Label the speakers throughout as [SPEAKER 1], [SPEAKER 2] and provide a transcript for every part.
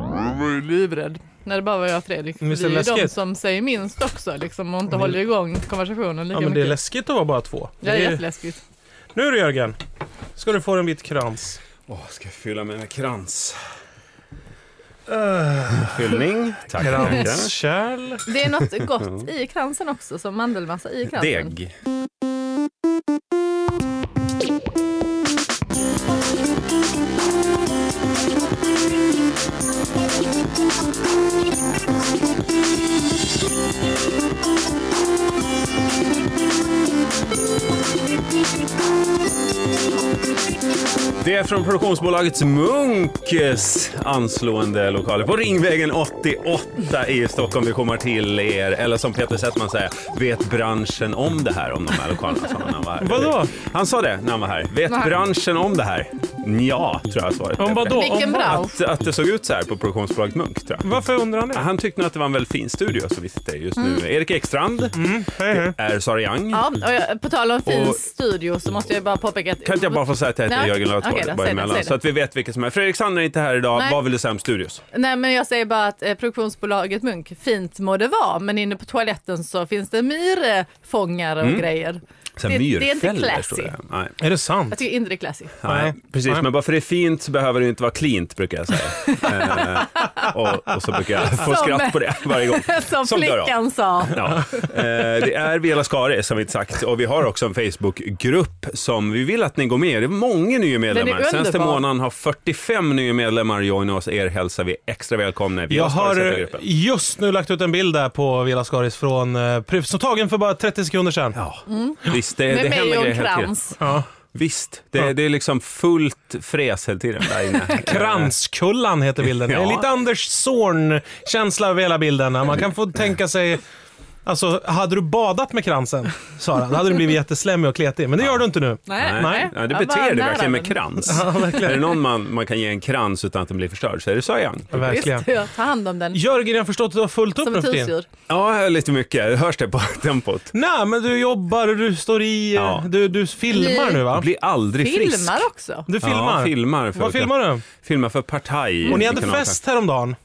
[SPEAKER 1] Man var ju livrädd.
[SPEAKER 2] När det bara var jag och Fredrik.
[SPEAKER 3] Men
[SPEAKER 2] Vi
[SPEAKER 3] visst är det
[SPEAKER 2] är ju de
[SPEAKER 3] läskigt?
[SPEAKER 2] som säger minst också liksom, och inte
[SPEAKER 3] Men-
[SPEAKER 2] håller igång konversationen lika
[SPEAKER 3] Ja, men det är
[SPEAKER 2] mycket.
[SPEAKER 3] läskigt att vara bara två.
[SPEAKER 2] det är
[SPEAKER 3] Det är-
[SPEAKER 2] jätteläskigt.
[SPEAKER 3] Nu du Jörgen, ska du få en vit krans.
[SPEAKER 4] Åh, ska jag fylla mig med krans? Äh, Fyllning. Tack. tackar.
[SPEAKER 3] Kranskärl.
[SPEAKER 2] Det är något
[SPEAKER 4] Mm.
[SPEAKER 2] gott i kransen också, som mandelmassa i kransen.
[SPEAKER 4] Deg. Det är från produktionsbolaget Munkes anslående lokaler på Ringvägen 88 i Stockholm. Vi kommer till er, eller som Peter Settman säger, vet branschen om det här? Om de här lokalerna sa han när han var här.
[SPEAKER 3] Vadå?
[SPEAKER 4] Han sa det när han var här. Vet
[SPEAKER 2] Nej.
[SPEAKER 4] branschen om det här? Ja, tror jag svaret
[SPEAKER 3] Om
[SPEAKER 4] blev.
[SPEAKER 3] vadå?
[SPEAKER 2] Vilken
[SPEAKER 3] Om vad?
[SPEAKER 2] bransch?
[SPEAKER 4] Att, att det såg ut så här på produktionsbolaget Munk, tror jag.
[SPEAKER 3] Varför undrar han det?
[SPEAKER 4] Han tyckte nog att det var en väldigt fin studio som vi sitter i just
[SPEAKER 3] Mm.
[SPEAKER 4] nu. Erik Ekstrand
[SPEAKER 3] Hej, hej.
[SPEAKER 4] är Sara Young.
[SPEAKER 2] Ja, och jag, på tal om fin
[SPEAKER 4] Och-
[SPEAKER 2] studio så måste jag bara påpeka att...
[SPEAKER 4] Kan inte jag bara få säga att jag heter
[SPEAKER 2] Nej.
[SPEAKER 4] Jörgen
[SPEAKER 2] Okej
[SPEAKER 4] Lötgård
[SPEAKER 2] då,
[SPEAKER 4] bara
[SPEAKER 2] säg det,
[SPEAKER 4] emellan?
[SPEAKER 2] säg det.
[SPEAKER 4] Så att vi vet vilka som är. Fredrik Sandner är inte här idag.
[SPEAKER 2] Nej.
[SPEAKER 4] Vad vill du säga om studios?
[SPEAKER 2] Nej men jag säger bara att eh, produktionsbolaget Munk, fint må det vara, men inne på toaletten så finns det myrfångare
[SPEAKER 4] Mm.
[SPEAKER 2] och grejer.
[SPEAKER 4] Så
[SPEAKER 2] Det-
[SPEAKER 4] här,
[SPEAKER 2] det är inte
[SPEAKER 4] myrfällor
[SPEAKER 2] classy.
[SPEAKER 4] står det. Nej,
[SPEAKER 3] Är det sant?
[SPEAKER 2] Jag tycker inte det är classy.
[SPEAKER 4] nej,
[SPEAKER 3] Nej.
[SPEAKER 4] precis.
[SPEAKER 3] Nej.
[SPEAKER 4] Men bara för det är fint så behöver det inte vara cleant, brukar jag säga. eh, och, och så brukar jag få
[SPEAKER 2] Som-
[SPEAKER 4] skratt på det varje gång.
[SPEAKER 2] Som,
[SPEAKER 4] Som dör av.
[SPEAKER 2] flickan sa.
[SPEAKER 4] Ja. Eh, det är Vela Skare som vi sagt och vi har också en Facebookgrupp som vi vill att ni går med i. Det är många nya medlemmar.
[SPEAKER 2] Den är
[SPEAKER 4] Senaste
[SPEAKER 2] underbar.
[SPEAKER 4] månaden har 45 nya medlemmar joinat oss. Er hälsar vi extra välkomna i Vela
[SPEAKER 3] Jag
[SPEAKER 4] Skare
[SPEAKER 3] har eh,
[SPEAKER 4] Sättargruppen.
[SPEAKER 3] just nu lagt ut en bild där på Vela Skaris från eh, Prif, som tagen för bara 30 sekunder sedan.
[SPEAKER 4] Ja, visst det, det
[SPEAKER 2] Mm. Med mig
[SPEAKER 4] händer
[SPEAKER 2] och
[SPEAKER 4] grejer
[SPEAKER 2] en
[SPEAKER 4] hela tiden.
[SPEAKER 2] krans.
[SPEAKER 3] Ja.
[SPEAKER 4] Visst, det, det är liksom fullt fräs hela tiden där inne. Eh,
[SPEAKER 3] Kranskullan heter bilden. Det är
[SPEAKER 4] Ja.
[SPEAKER 3] lite Anders Zorn-känsla över hela bilden. Man kan få tänka sig... Alltså, hade du badat med kransen, Sara, då hade du blivit jätteslemmig och kletig. Men det gör du inte nu.
[SPEAKER 2] Nej,
[SPEAKER 3] Nej.
[SPEAKER 2] nej.
[SPEAKER 4] Ja, det
[SPEAKER 2] Jag var
[SPEAKER 4] beter dig
[SPEAKER 2] nära
[SPEAKER 4] verkligen med
[SPEAKER 2] den.
[SPEAKER 4] krans.
[SPEAKER 3] Ja,
[SPEAKER 4] Är det
[SPEAKER 3] verkligen.
[SPEAKER 4] någon man, man kan ge en krans utan att den blir förstörd så är det Soyan.
[SPEAKER 3] verkligen.
[SPEAKER 2] Visst, jag tar hand om den.
[SPEAKER 3] Jörgen, jag har förstått att du har fullt upp
[SPEAKER 2] Som
[SPEAKER 3] nu
[SPEAKER 2] ett
[SPEAKER 3] för tiden.
[SPEAKER 2] husdjur.
[SPEAKER 4] Ja, lite mycket. Hörs det på tempot?
[SPEAKER 3] Nej, men du jobbar och du står i... eh,
[SPEAKER 4] Ja.
[SPEAKER 3] Du, du filmar
[SPEAKER 2] Ni-
[SPEAKER 3] nu va?
[SPEAKER 4] Blir aldrig frisk.
[SPEAKER 2] Filmar också.
[SPEAKER 3] Du filmar.
[SPEAKER 4] Ja, filmar för
[SPEAKER 3] Vad filmar du?
[SPEAKER 4] Filmar för Partaj.
[SPEAKER 3] Och ni hade
[SPEAKER 4] 1905.
[SPEAKER 3] fest häromdagen.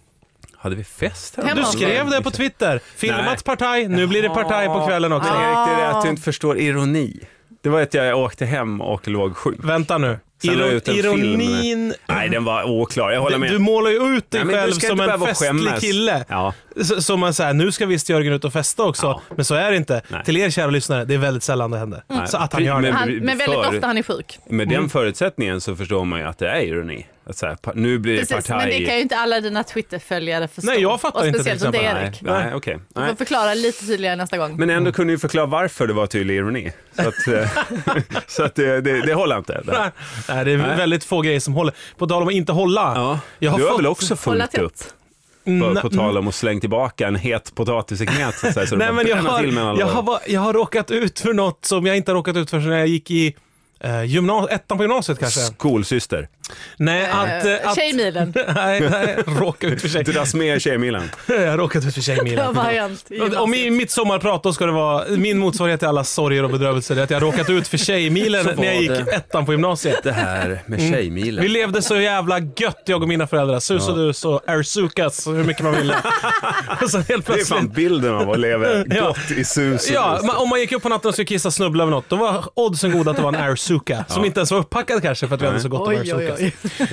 [SPEAKER 4] Hade vi fest här?
[SPEAKER 2] Hemma
[SPEAKER 3] Du
[SPEAKER 2] Ja,
[SPEAKER 3] skrev det på Twitter. Filmat partaj, nu blir det partaj på kvällen också.
[SPEAKER 4] Nej, Erik, det är det
[SPEAKER 2] Ah.
[SPEAKER 4] att du inte förstår ironi. Det var att jag åkte hem och låg sjuk.
[SPEAKER 3] Vänta nu.
[SPEAKER 4] Sen la jag ut en
[SPEAKER 3] ironin...
[SPEAKER 4] Nej, den var oklar. Jag håller
[SPEAKER 3] Du,
[SPEAKER 4] med.
[SPEAKER 3] du målar ju ut dig
[SPEAKER 4] Nej, men du
[SPEAKER 3] själv
[SPEAKER 4] ska
[SPEAKER 3] som
[SPEAKER 4] inte
[SPEAKER 3] en
[SPEAKER 4] behöva
[SPEAKER 3] festlig
[SPEAKER 4] skämmas.
[SPEAKER 3] kille.
[SPEAKER 4] Ja.
[SPEAKER 3] S- Som man säger, nu ska visst Jörgen ut och festa också.
[SPEAKER 4] Ja.
[SPEAKER 3] Men så är det inte.
[SPEAKER 4] Nej.
[SPEAKER 3] Till er kära lyssnare, det är väldigt sällan det händer.
[SPEAKER 2] Mm.
[SPEAKER 4] Nej.
[SPEAKER 3] Så att han gör det.
[SPEAKER 4] Men
[SPEAKER 2] Han,
[SPEAKER 4] vi-
[SPEAKER 2] men väldigt
[SPEAKER 4] för-
[SPEAKER 2] ofta han är sjuk.
[SPEAKER 4] Med den förutsättningen så förstår man ju att det är ironi. Att så här, pa- nu blir det
[SPEAKER 2] Precis, men det kan
[SPEAKER 4] Partaj.
[SPEAKER 2] ju inte alla dina Twitter-följare förstå.
[SPEAKER 3] Nej, jag fattar
[SPEAKER 2] och
[SPEAKER 3] inte till
[SPEAKER 2] speciellt inte
[SPEAKER 3] exempel.
[SPEAKER 4] Nej,
[SPEAKER 2] Erik.
[SPEAKER 4] nej, okej.
[SPEAKER 2] Du
[SPEAKER 4] Nej.
[SPEAKER 2] får förklara lite tydligare nästa gång.
[SPEAKER 4] Men ändå kunde du förklara varför det var tydlig ironi. Så att, eh, så att det, det, det håller inte. Det.
[SPEAKER 3] Nej. Nej, det är
[SPEAKER 4] Nej.
[SPEAKER 3] väldigt få grejer som håller. På tal om att inte hålla.
[SPEAKER 4] Ja. Du
[SPEAKER 3] Jag har
[SPEAKER 4] har
[SPEAKER 3] fått- Mm.
[SPEAKER 4] väl också
[SPEAKER 2] Hålla
[SPEAKER 4] fullt
[SPEAKER 2] tätt.
[SPEAKER 4] upp? På, på tal om att slänga tillbaka en het potatis i knät. Så, att säga, så
[SPEAKER 3] Nej,
[SPEAKER 4] det bara
[SPEAKER 3] men jag
[SPEAKER 4] bränner
[SPEAKER 3] har,
[SPEAKER 4] till mellan
[SPEAKER 3] jag,
[SPEAKER 4] låren.
[SPEAKER 3] har, va- jag har råkat ut för något som jag inte har råkat ut för sedan jag gick i eh, gymna- ettan på gymnasiet kanske.
[SPEAKER 4] Skolsyster.
[SPEAKER 3] Nej, att...
[SPEAKER 2] Eh,
[SPEAKER 3] eh, att
[SPEAKER 2] Tjejmilen.
[SPEAKER 3] nej, nej, råka ut för sig.
[SPEAKER 4] Dras med i Tjejmilen.
[SPEAKER 3] Jag har råkat ut för
[SPEAKER 2] Vad har
[SPEAKER 3] tjejmilen.
[SPEAKER 2] hänt? i
[SPEAKER 3] Och- Om i mitt sommarprat då ska det vara, min motsvarighet till alla sorger och bedrövelser är att jag har råkat ut för tjejmilen
[SPEAKER 4] Så var
[SPEAKER 3] när jag gick
[SPEAKER 4] det.
[SPEAKER 3] ettan på gymnasiet.
[SPEAKER 4] Det här med Tjejmilen.
[SPEAKER 3] Vi levde så jävla gött jag och mina föräldrar. Sus och dus och ersukas hur mycket man ville. och sen helt
[SPEAKER 4] Det är
[SPEAKER 3] plötsligt.
[SPEAKER 4] fan bilden av att leva
[SPEAKER 3] Ja.
[SPEAKER 4] gott i sus och
[SPEAKER 3] Ja,
[SPEAKER 4] dus.
[SPEAKER 3] man, om man gick upp på natten och skulle kissa och snubbla över något, då var oddsen goda att det var en airsuka. Som inte ens var upppackad kanske för att vi hade så gott om
[SPEAKER 2] Oj, oj,
[SPEAKER 3] airsukas.
[SPEAKER 2] oj.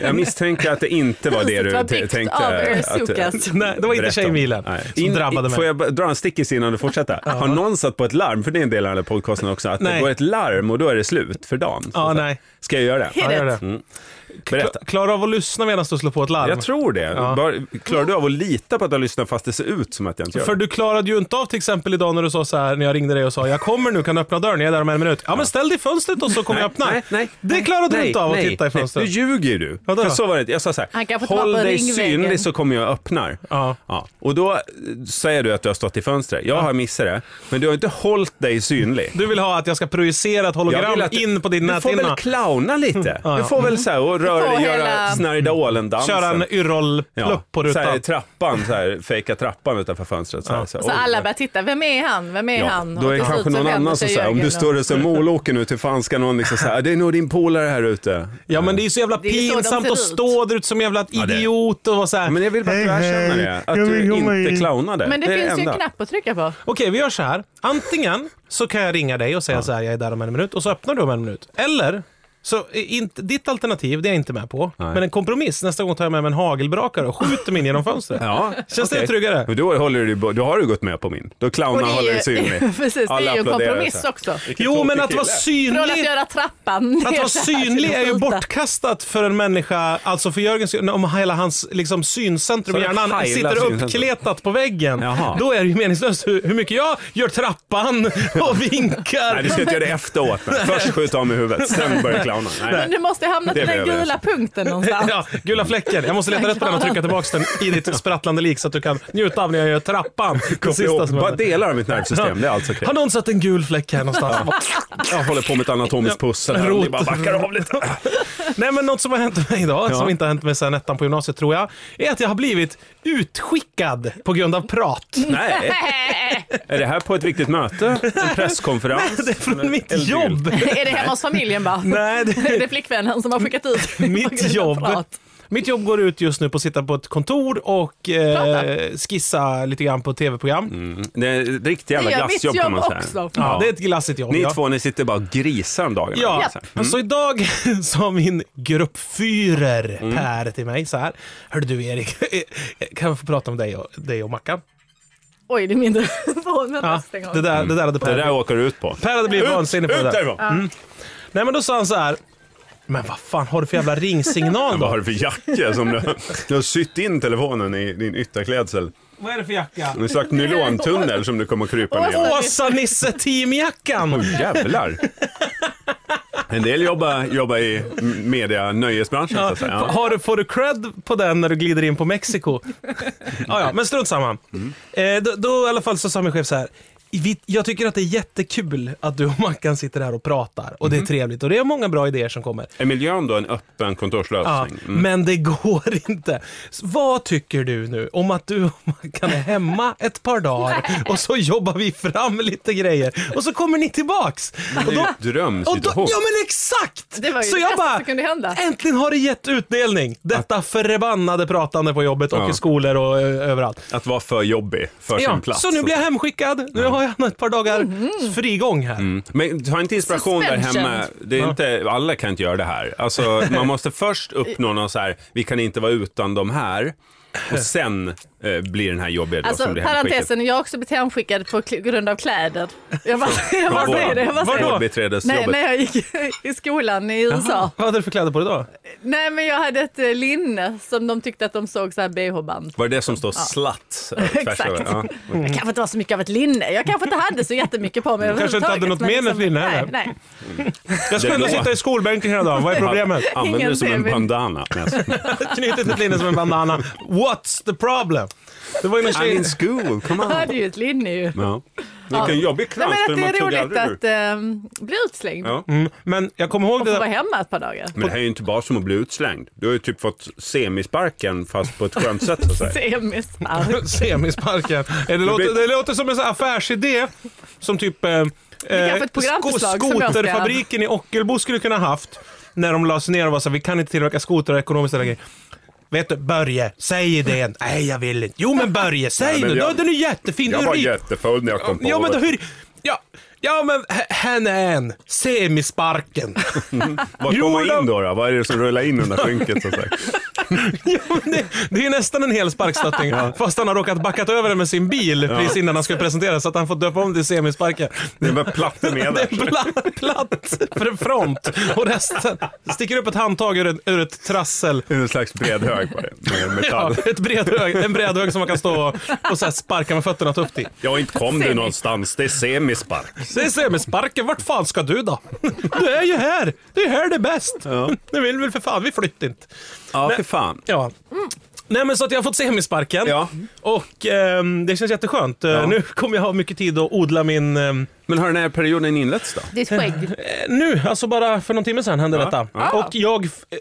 [SPEAKER 4] Jag misstänker att det inte var det
[SPEAKER 2] Huset Mm. var
[SPEAKER 4] du te-
[SPEAKER 2] byggt
[SPEAKER 4] tänkte.
[SPEAKER 2] av
[SPEAKER 4] att- eh,
[SPEAKER 2] Ersukas.
[SPEAKER 3] Nej, det var inte
[SPEAKER 4] berätta om.
[SPEAKER 3] Tjejmilen
[SPEAKER 4] Nej.
[SPEAKER 3] som
[SPEAKER 4] In-
[SPEAKER 3] drabbade
[SPEAKER 4] i-
[SPEAKER 3] mig.
[SPEAKER 4] Får jag bara dra en stickis innan du fortsätter? Har någon satt på ett larm, för det är en del av den här podcasten också, att
[SPEAKER 3] Nej.
[SPEAKER 4] det går ett larm och då är det slut för dagen? Så
[SPEAKER 3] Ja,
[SPEAKER 4] att-
[SPEAKER 3] nej.
[SPEAKER 4] Ska jag göra det?
[SPEAKER 3] Ja, gör det.
[SPEAKER 2] Hit
[SPEAKER 4] Mm. Berätta.
[SPEAKER 3] Kla- Klarar av att lyssna medan du slår på ett larm?
[SPEAKER 4] Jag tror det.
[SPEAKER 3] Ja.
[SPEAKER 4] Bara, klarar du av att lita på att du har lyssnat fast det ser ut som att jag inte gör
[SPEAKER 3] För
[SPEAKER 4] det?
[SPEAKER 3] du klarade ju inte av till exempel idag när du sa så här när jag ringde dig och sa jag kommer nu, kan du öppna dörren? Jag är där om en minut. Ja, men ställ dig i fönstret och så kommer jag öppna.
[SPEAKER 4] nej, nej,
[SPEAKER 3] det klarade du inte av att titta i
[SPEAKER 4] Nu
[SPEAKER 3] fönstret.
[SPEAKER 4] ljuger ju du.
[SPEAKER 3] Vadå
[SPEAKER 4] För
[SPEAKER 3] då?
[SPEAKER 4] så var det inte. Jag sa så
[SPEAKER 2] Han
[SPEAKER 4] här,
[SPEAKER 2] kanske inte var
[SPEAKER 4] håll
[SPEAKER 2] på
[SPEAKER 4] dig
[SPEAKER 2] Ringvägen."
[SPEAKER 4] synlig så kommer jag öppnar.
[SPEAKER 3] Ja.
[SPEAKER 4] Ja. Och då eh, säger du att du har stått i fönstret. Jag har missat det, men du har inte hållit dig synlig.
[SPEAKER 3] Du vill ha att jag ska projicera ett
[SPEAKER 4] Jag
[SPEAKER 3] hologram
[SPEAKER 4] vill att du-
[SPEAKER 3] in på din
[SPEAKER 4] Du får väl
[SPEAKER 3] näthinna.
[SPEAKER 4] clowna lite.
[SPEAKER 3] ja.
[SPEAKER 4] Du får väl så här och röra
[SPEAKER 2] få
[SPEAKER 4] gör, göra
[SPEAKER 2] hela-
[SPEAKER 4] Snaridolen-dansen.
[SPEAKER 3] Köra en yrroll-plupp
[SPEAKER 4] Ja,
[SPEAKER 3] på
[SPEAKER 4] så här,
[SPEAKER 3] rutan.
[SPEAKER 4] trappan, så här, fejka trappan utanför fönstret. Så, här, så, här,
[SPEAKER 2] Så
[SPEAKER 4] oj.
[SPEAKER 2] Alltså, alla börjar titta, vem är han? Vem är han?
[SPEAKER 4] Då
[SPEAKER 2] Och
[SPEAKER 4] är
[SPEAKER 2] till
[SPEAKER 4] kanske
[SPEAKER 2] slut så
[SPEAKER 4] någon
[SPEAKER 2] vänder
[SPEAKER 4] annan som
[SPEAKER 2] sig
[SPEAKER 4] säger, om
[SPEAKER 2] Jörgen
[SPEAKER 4] du
[SPEAKER 2] och-
[SPEAKER 4] står där som Moloke nu, till fan ska någon liksom säga, det är nog din polare här ute.
[SPEAKER 3] Ja men det är ju så jävla
[SPEAKER 2] är så de
[SPEAKER 3] pinsamt
[SPEAKER 2] ser
[SPEAKER 3] att
[SPEAKER 2] ut.
[SPEAKER 3] stå där ute som jävla
[SPEAKER 4] det är-
[SPEAKER 3] idiot och vara såhär.
[SPEAKER 4] Men jag vill bara att du
[SPEAKER 1] Hej,
[SPEAKER 4] erkänner
[SPEAKER 1] hej.
[SPEAKER 4] det, att
[SPEAKER 1] Jag vill
[SPEAKER 4] du
[SPEAKER 1] komma
[SPEAKER 4] inte
[SPEAKER 1] in.
[SPEAKER 4] clownade.
[SPEAKER 2] Men det,
[SPEAKER 4] är
[SPEAKER 2] finns ju en
[SPEAKER 4] enda.
[SPEAKER 2] knapp att trycka på.
[SPEAKER 3] Okej, vi gör så här. Antingen så kan jag ringa dig och säga så här, jag är där om en minut och så öppnar du om en minut. Eller, så är inte, ditt alternativ, det är jag inte med på.
[SPEAKER 4] Nej.
[SPEAKER 3] Men en kompromiss, nästa gång tar jag med mig en hagelbrakare och skjuter mig in genom fönstret.
[SPEAKER 4] Ja,
[SPEAKER 3] Känns
[SPEAKER 4] okej.
[SPEAKER 3] det tryggare?
[SPEAKER 4] Men då, håller du, då har du gått med på min. Då
[SPEAKER 2] Och
[SPEAKER 4] clownar
[SPEAKER 2] det är
[SPEAKER 4] håller
[SPEAKER 2] ju-
[SPEAKER 4] dig synlig.
[SPEAKER 2] Precis, det
[SPEAKER 4] Alla
[SPEAKER 2] är ju en
[SPEAKER 4] applåderar
[SPEAKER 2] kompromiss
[SPEAKER 4] så här.
[SPEAKER 2] också.
[SPEAKER 3] Jo, men att vara
[SPEAKER 2] Från att
[SPEAKER 3] synlig.
[SPEAKER 2] göra trappan
[SPEAKER 3] Att
[SPEAKER 2] ner
[SPEAKER 3] vara
[SPEAKER 2] så här till
[SPEAKER 3] synlig
[SPEAKER 2] att
[SPEAKER 3] är ju
[SPEAKER 2] skjuta.
[SPEAKER 3] bortkastat för en människa, alltså för Jörgens om hela hans liksom, syncentrum
[SPEAKER 4] Så
[SPEAKER 3] i
[SPEAKER 4] det
[SPEAKER 3] hjärnan
[SPEAKER 4] heilar
[SPEAKER 3] sitter
[SPEAKER 4] syncentrum.
[SPEAKER 3] uppkletat på väggen.
[SPEAKER 4] Jaha.
[SPEAKER 3] Då är det ju meningslöst hur, hur mycket jag gör trappan och
[SPEAKER 4] Nej,
[SPEAKER 3] vinkar.
[SPEAKER 4] du ska inte göra det efteråt. Nej. Först skjuta av mig huvudet, sen börja clowna.
[SPEAKER 2] Men
[SPEAKER 4] Nej.
[SPEAKER 2] du måste hamna
[SPEAKER 4] Det
[SPEAKER 2] till den
[SPEAKER 4] blir jag
[SPEAKER 2] gula punkten någonstans.
[SPEAKER 3] Ja, gula fläcken. Jag måste leta rätt på den och trycka tillbaka den i ditt sprattlande lik så att du kan njuta av när jag gör trappan. Det
[SPEAKER 4] Koppla ihop
[SPEAKER 3] sista som
[SPEAKER 4] Bara
[SPEAKER 3] händer.
[SPEAKER 4] delar av mitt nervsystem, det är allt som
[SPEAKER 3] Har
[SPEAKER 4] krävs.
[SPEAKER 3] någon satt en gul fläck här någonstans?
[SPEAKER 4] Jag håller på med ett anatomiskt pussel här och ni
[SPEAKER 3] Rot.
[SPEAKER 4] bara backar av lite.
[SPEAKER 3] Nej men något som har hänt mig idag,
[SPEAKER 4] Ja.
[SPEAKER 3] som inte har hänt mig sedan ettan på gymnasiet tror jag, är att jag har blivit utskickad på grund av prat.
[SPEAKER 4] Nej, är det här på ett viktigt möte? En presskonferens?
[SPEAKER 3] Det är från mitt
[SPEAKER 4] Elbil.
[SPEAKER 3] jobb.
[SPEAKER 2] är det hemma hos familjen bara?
[SPEAKER 3] Nej,
[SPEAKER 2] Det är
[SPEAKER 3] det
[SPEAKER 2] det flickvännen som har skickat ut på grund av
[SPEAKER 3] mitt jobb.
[SPEAKER 2] prat.
[SPEAKER 3] Mitt jobb går ut just nu på att sitta på ett kontor och eh, skissa lite grann på tv-program.
[SPEAKER 4] Det är ett riktigt jävla
[SPEAKER 2] Det gör mitt
[SPEAKER 4] glassjobb kan man
[SPEAKER 2] jobb
[SPEAKER 4] säga.
[SPEAKER 2] också.
[SPEAKER 3] Ja,
[SPEAKER 4] Mm. Ja.
[SPEAKER 3] det är ett glassigt jobb.
[SPEAKER 4] Ni
[SPEAKER 3] ja.
[SPEAKER 4] två, ni sitter bara och grisar om dagarna.
[SPEAKER 3] Ja,
[SPEAKER 4] Liksom.
[SPEAKER 3] men så idag sa min gruppfyrer
[SPEAKER 4] Mm.
[SPEAKER 3] Per till mig så här. Hörru du Erik, kan jag få prata med dig och, dig och Mackan?
[SPEAKER 2] Oj, det är min telefon.
[SPEAKER 3] Ja,
[SPEAKER 2] Vänta, stäng
[SPEAKER 3] det,
[SPEAKER 2] av.
[SPEAKER 3] där, det där hade
[SPEAKER 4] Mm. Det
[SPEAKER 3] Per.
[SPEAKER 4] där åker du ut på. Mm.
[SPEAKER 3] Per hade blivit vansinnig på det där.
[SPEAKER 4] Ut därifrån!
[SPEAKER 3] Nej men då sa han så här. Men vad fan har du för jävla ringsignal
[SPEAKER 4] Vad
[SPEAKER 3] då?
[SPEAKER 4] har du för jacka som du, du har sytt in telefonen i din ytterklädsel?
[SPEAKER 3] Vad är det för jacka?
[SPEAKER 4] En slags nylontunnel som du kommer att krypa ner i.
[SPEAKER 3] Åsa-Nisse teamjackan!
[SPEAKER 4] Åh, Jävlar! En del jobbar, jobbar i media, nöjesbranschen så att säga. Ja.
[SPEAKER 3] Har du, får du cred på den när du glider in på Mexiko? ja, ja, men strunt samma.
[SPEAKER 4] Mm.
[SPEAKER 3] Eh, då, då i alla fall så sa min chef så här. Vi, jag tycker att det är jättekul att du och Mackan sitter här och pratar och
[SPEAKER 4] Mm.
[SPEAKER 3] det är trevligt och det är många bra idéer som kommer.
[SPEAKER 4] Är miljön då en öppen
[SPEAKER 3] Ja,
[SPEAKER 4] kontorslösning? Mm.
[SPEAKER 3] Men det går inte. S- Vad tycker du nu om att du och Mackan är hemma ett par dagar och så jobbar vi fram lite grejer och så kommer ni tillbaks?
[SPEAKER 4] Det
[SPEAKER 3] Och
[SPEAKER 4] är
[SPEAKER 3] då,
[SPEAKER 4] ju ett
[SPEAKER 3] och då, ja
[SPEAKER 4] drömsituation.
[SPEAKER 3] men exakt!
[SPEAKER 2] Det var ju
[SPEAKER 3] så
[SPEAKER 2] det
[SPEAKER 3] jag
[SPEAKER 2] bästa
[SPEAKER 3] bara,
[SPEAKER 2] som kunde hända.
[SPEAKER 3] äntligen har det gett utdelning. Detta förbannade pratande på jobbet och
[SPEAKER 4] Ja.
[SPEAKER 3] i skolor och eh, överallt.
[SPEAKER 4] Att vara för jobbig för
[SPEAKER 3] Ja,
[SPEAKER 4] sin plats.
[SPEAKER 3] så nu blir jag hemskickad. Nu har jag ett par dagar frigång här.
[SPEAKER 4] Mm. Men ta inte inspiration där
[SPEAKER 2] Suspension.
[SPEAKER 4] hemma. Det är inte, alla kan inte göra det här. Alltså, man måste först uppnå någon så här, vi kan inte vara utan de här. Och sen eh, blir den här jobbiga då som
[SPEAKER 2] Alltså
[SPEAKER 4] blir hemskickad.
[SPEAKER 2] parentesen, jag har också blivit hemskickad på kl- grund av kläder. Jag bara, jag bara säger det. Jag bara säger det. Nej,
[SPEAKER 4] Vårdbiträdesjobbet.
[SPEAKER 2] när jag gick i skolan i USA.
[SPEAKER 3] Vad hade du för kläder på dig då?
[SPEAKER 2] Nej men jag hade ett eh, linne som de tyckte att de såg så här bh-band.
[SPEAKER 4] Var det det som står slatt? eh, tvärs
[SPEAKER 2] Exakt.
[SPEAKER 4] över? Ja.
[SPEAKER 3] Mm.
[SPEAKER 2] Jag kanske inte var så mycket av ett linne. Jag kanske inte hade så jättemycket på mig
[SPEAKER 3] kanske inte hade
[SPEAKER 2] överhuvudtaget, men
[SPEAKER 3] något
[SPEAKER 2] liksom-
[SPEAKER 3] mer än ett linne
[SPEAKER 2] nej,
[SPEAKER 3] heller.
[SPEAKER 2] nej.
[SPEAKER 3] Jag skulle
[SPEAKER 4] Det
[SPEAKER 3] ändå
[SPEAKER 4] låter-
[SPEAKER 3] sitta i skolbänken hela dagen. Vad är problemet?
[SPEAKER 4] Använder det som en
[SPEAKER 2] Ingen TV.
[SPEAKER 4] bandana. Nej, jag skojar.
[SPEAKER 3] Knutit ett linne som en bandana. What's the problem? Det var ju någon
[SPEAKER 4] I'm
[SPEAKER 3] tjej...
[SPEAKER 4] in school, come on.
[SPEAKER 2] Jag hade ju ett linne ju.
[SPEAKER 4] Ja. Vilken jobbig
[SPEAKER 2] Nej,
[SPEAKER 4] krans,
[SPEAKER 2] men
[SPEAKER 4] för
[SPEAKER 2] att det
[SPEAKER 4] man
[SPEAKER 2] är
[SPEAKER 4] tog
[SPEAKER 2] roligt
[SPEAKER 4] aldrig ur.
[SPEAKER 2] att ehm, bli utslängd
[SPEAKER 4] Ja.
[SPEAKER 3] Mm, men jag kommer ihåg
[SPEAKER 2] och få
[SPEAKER 3] det där.
[SPEAKER 2] vara hemma ett par dagar.
[SPEAKER 4] Men det här är ju inte bara som att bli utslängd. Du har ju typ fått semisparken fast på ett skönt sätt så att säga.
[SPEAKER 2] Semispark.
[SPEAKER 3] Semisparken. Det
[SPEAKER 4] blir-
[SPEAKER 3] låter, det låter som en sån här affärsidé som typ eh,
[SPEAKER 2] kanske ett programförslag som jag ska-
[SPEAKER 3] skoterfabriken i Ockelbo skulle kunna haft när de lades ner och var så här, vi kan inte tillverka skotrar ekonomiskt eller grejer. Vet du, Börje, säg idén. Nej, jag vill inte. Jo, men Börje, säg
[SPEAKER 4] Nej, men
[SPEAKER 3] nu.
[SPEAKER 4] jag-
[SPEAKER 3] Ja, Den är jättefin.
[SPEAKER 4] Jag
[SPEAKER 3] Du är
[SPEAKER 4] var
[SPEAKER 3] rik.
[SPEAKER 4] jättefull när jag kom på
[SPEAKER 3] Ja, men då
[SPEAKER 4] det.
[SPEAKER 3] hur... Ja, ja men h- henne är en. Semisparken.
[SPEAKER 4] Vad kommer
[SPEAKER 3] Jo, då-
[SPEAKER 4] in då, då? Vad är det som rullar in under skynket så att säga?
[SPEAKER 3] Ja, men det, det är nästan en hel sparkstötting. Fast han har råkat backat över den med sin bil precis innan han ska presentera så att han får döpa om till semisparken.
[SPEAKER 4] Det var platt
[SPEAKER 3] Det
[SPEAKER 4] med
[SPEAKER 3] är platt, platt för front och resten sticker upp ett handtag ur, en, ur ett trassel.
[SPEAKER 4] En slags bred hög var det, med
[SPEAKER 3] Ja,
[SPEAKER 4] metall.
[SPEAKER 3] ett bredhög, en bredhög som man kan stå och, och så här sparka med fötterna tufft i.
[SPEAKER 4] Ja, inte kom du någonstans. Det är semispark.
[SPEAKER 3] Det är semisparken, vart fan ska du då? Du är ju här! Det är här det är bäst!
[SPEAKER 4] Ja.
[SPEAKER 3] Nu vill väl för fan, vi flyttar inte.
[SPEAKER 2] Mm.
[SPEAKER 4] Ja, för fan.
[SPEAKER 3] Ja. Nej men så att jag har fått semisparken.
[SPEAKER 4] Ja.
[SPEAKER 3] Och ehm, det känns jätteskönt. Eh,
[SPEAKER 4] Ja.
[SPEAKER 3] Nu kommer jag ha mycket tid att odla min... ehm,
[SPEAKER 4] Men har den här perioden inletts då?
[SPEAKER 2] Ditt skägg.
[SPEAKER 3] eh, nu, alltså bara för någon timme sedan hände
[SPEAKER 4] Ja. Ah.
[SPEAKER 3] detta.
[SPEAKER 4] Ja.
[SPEAKER 3] Och jag... f- eh,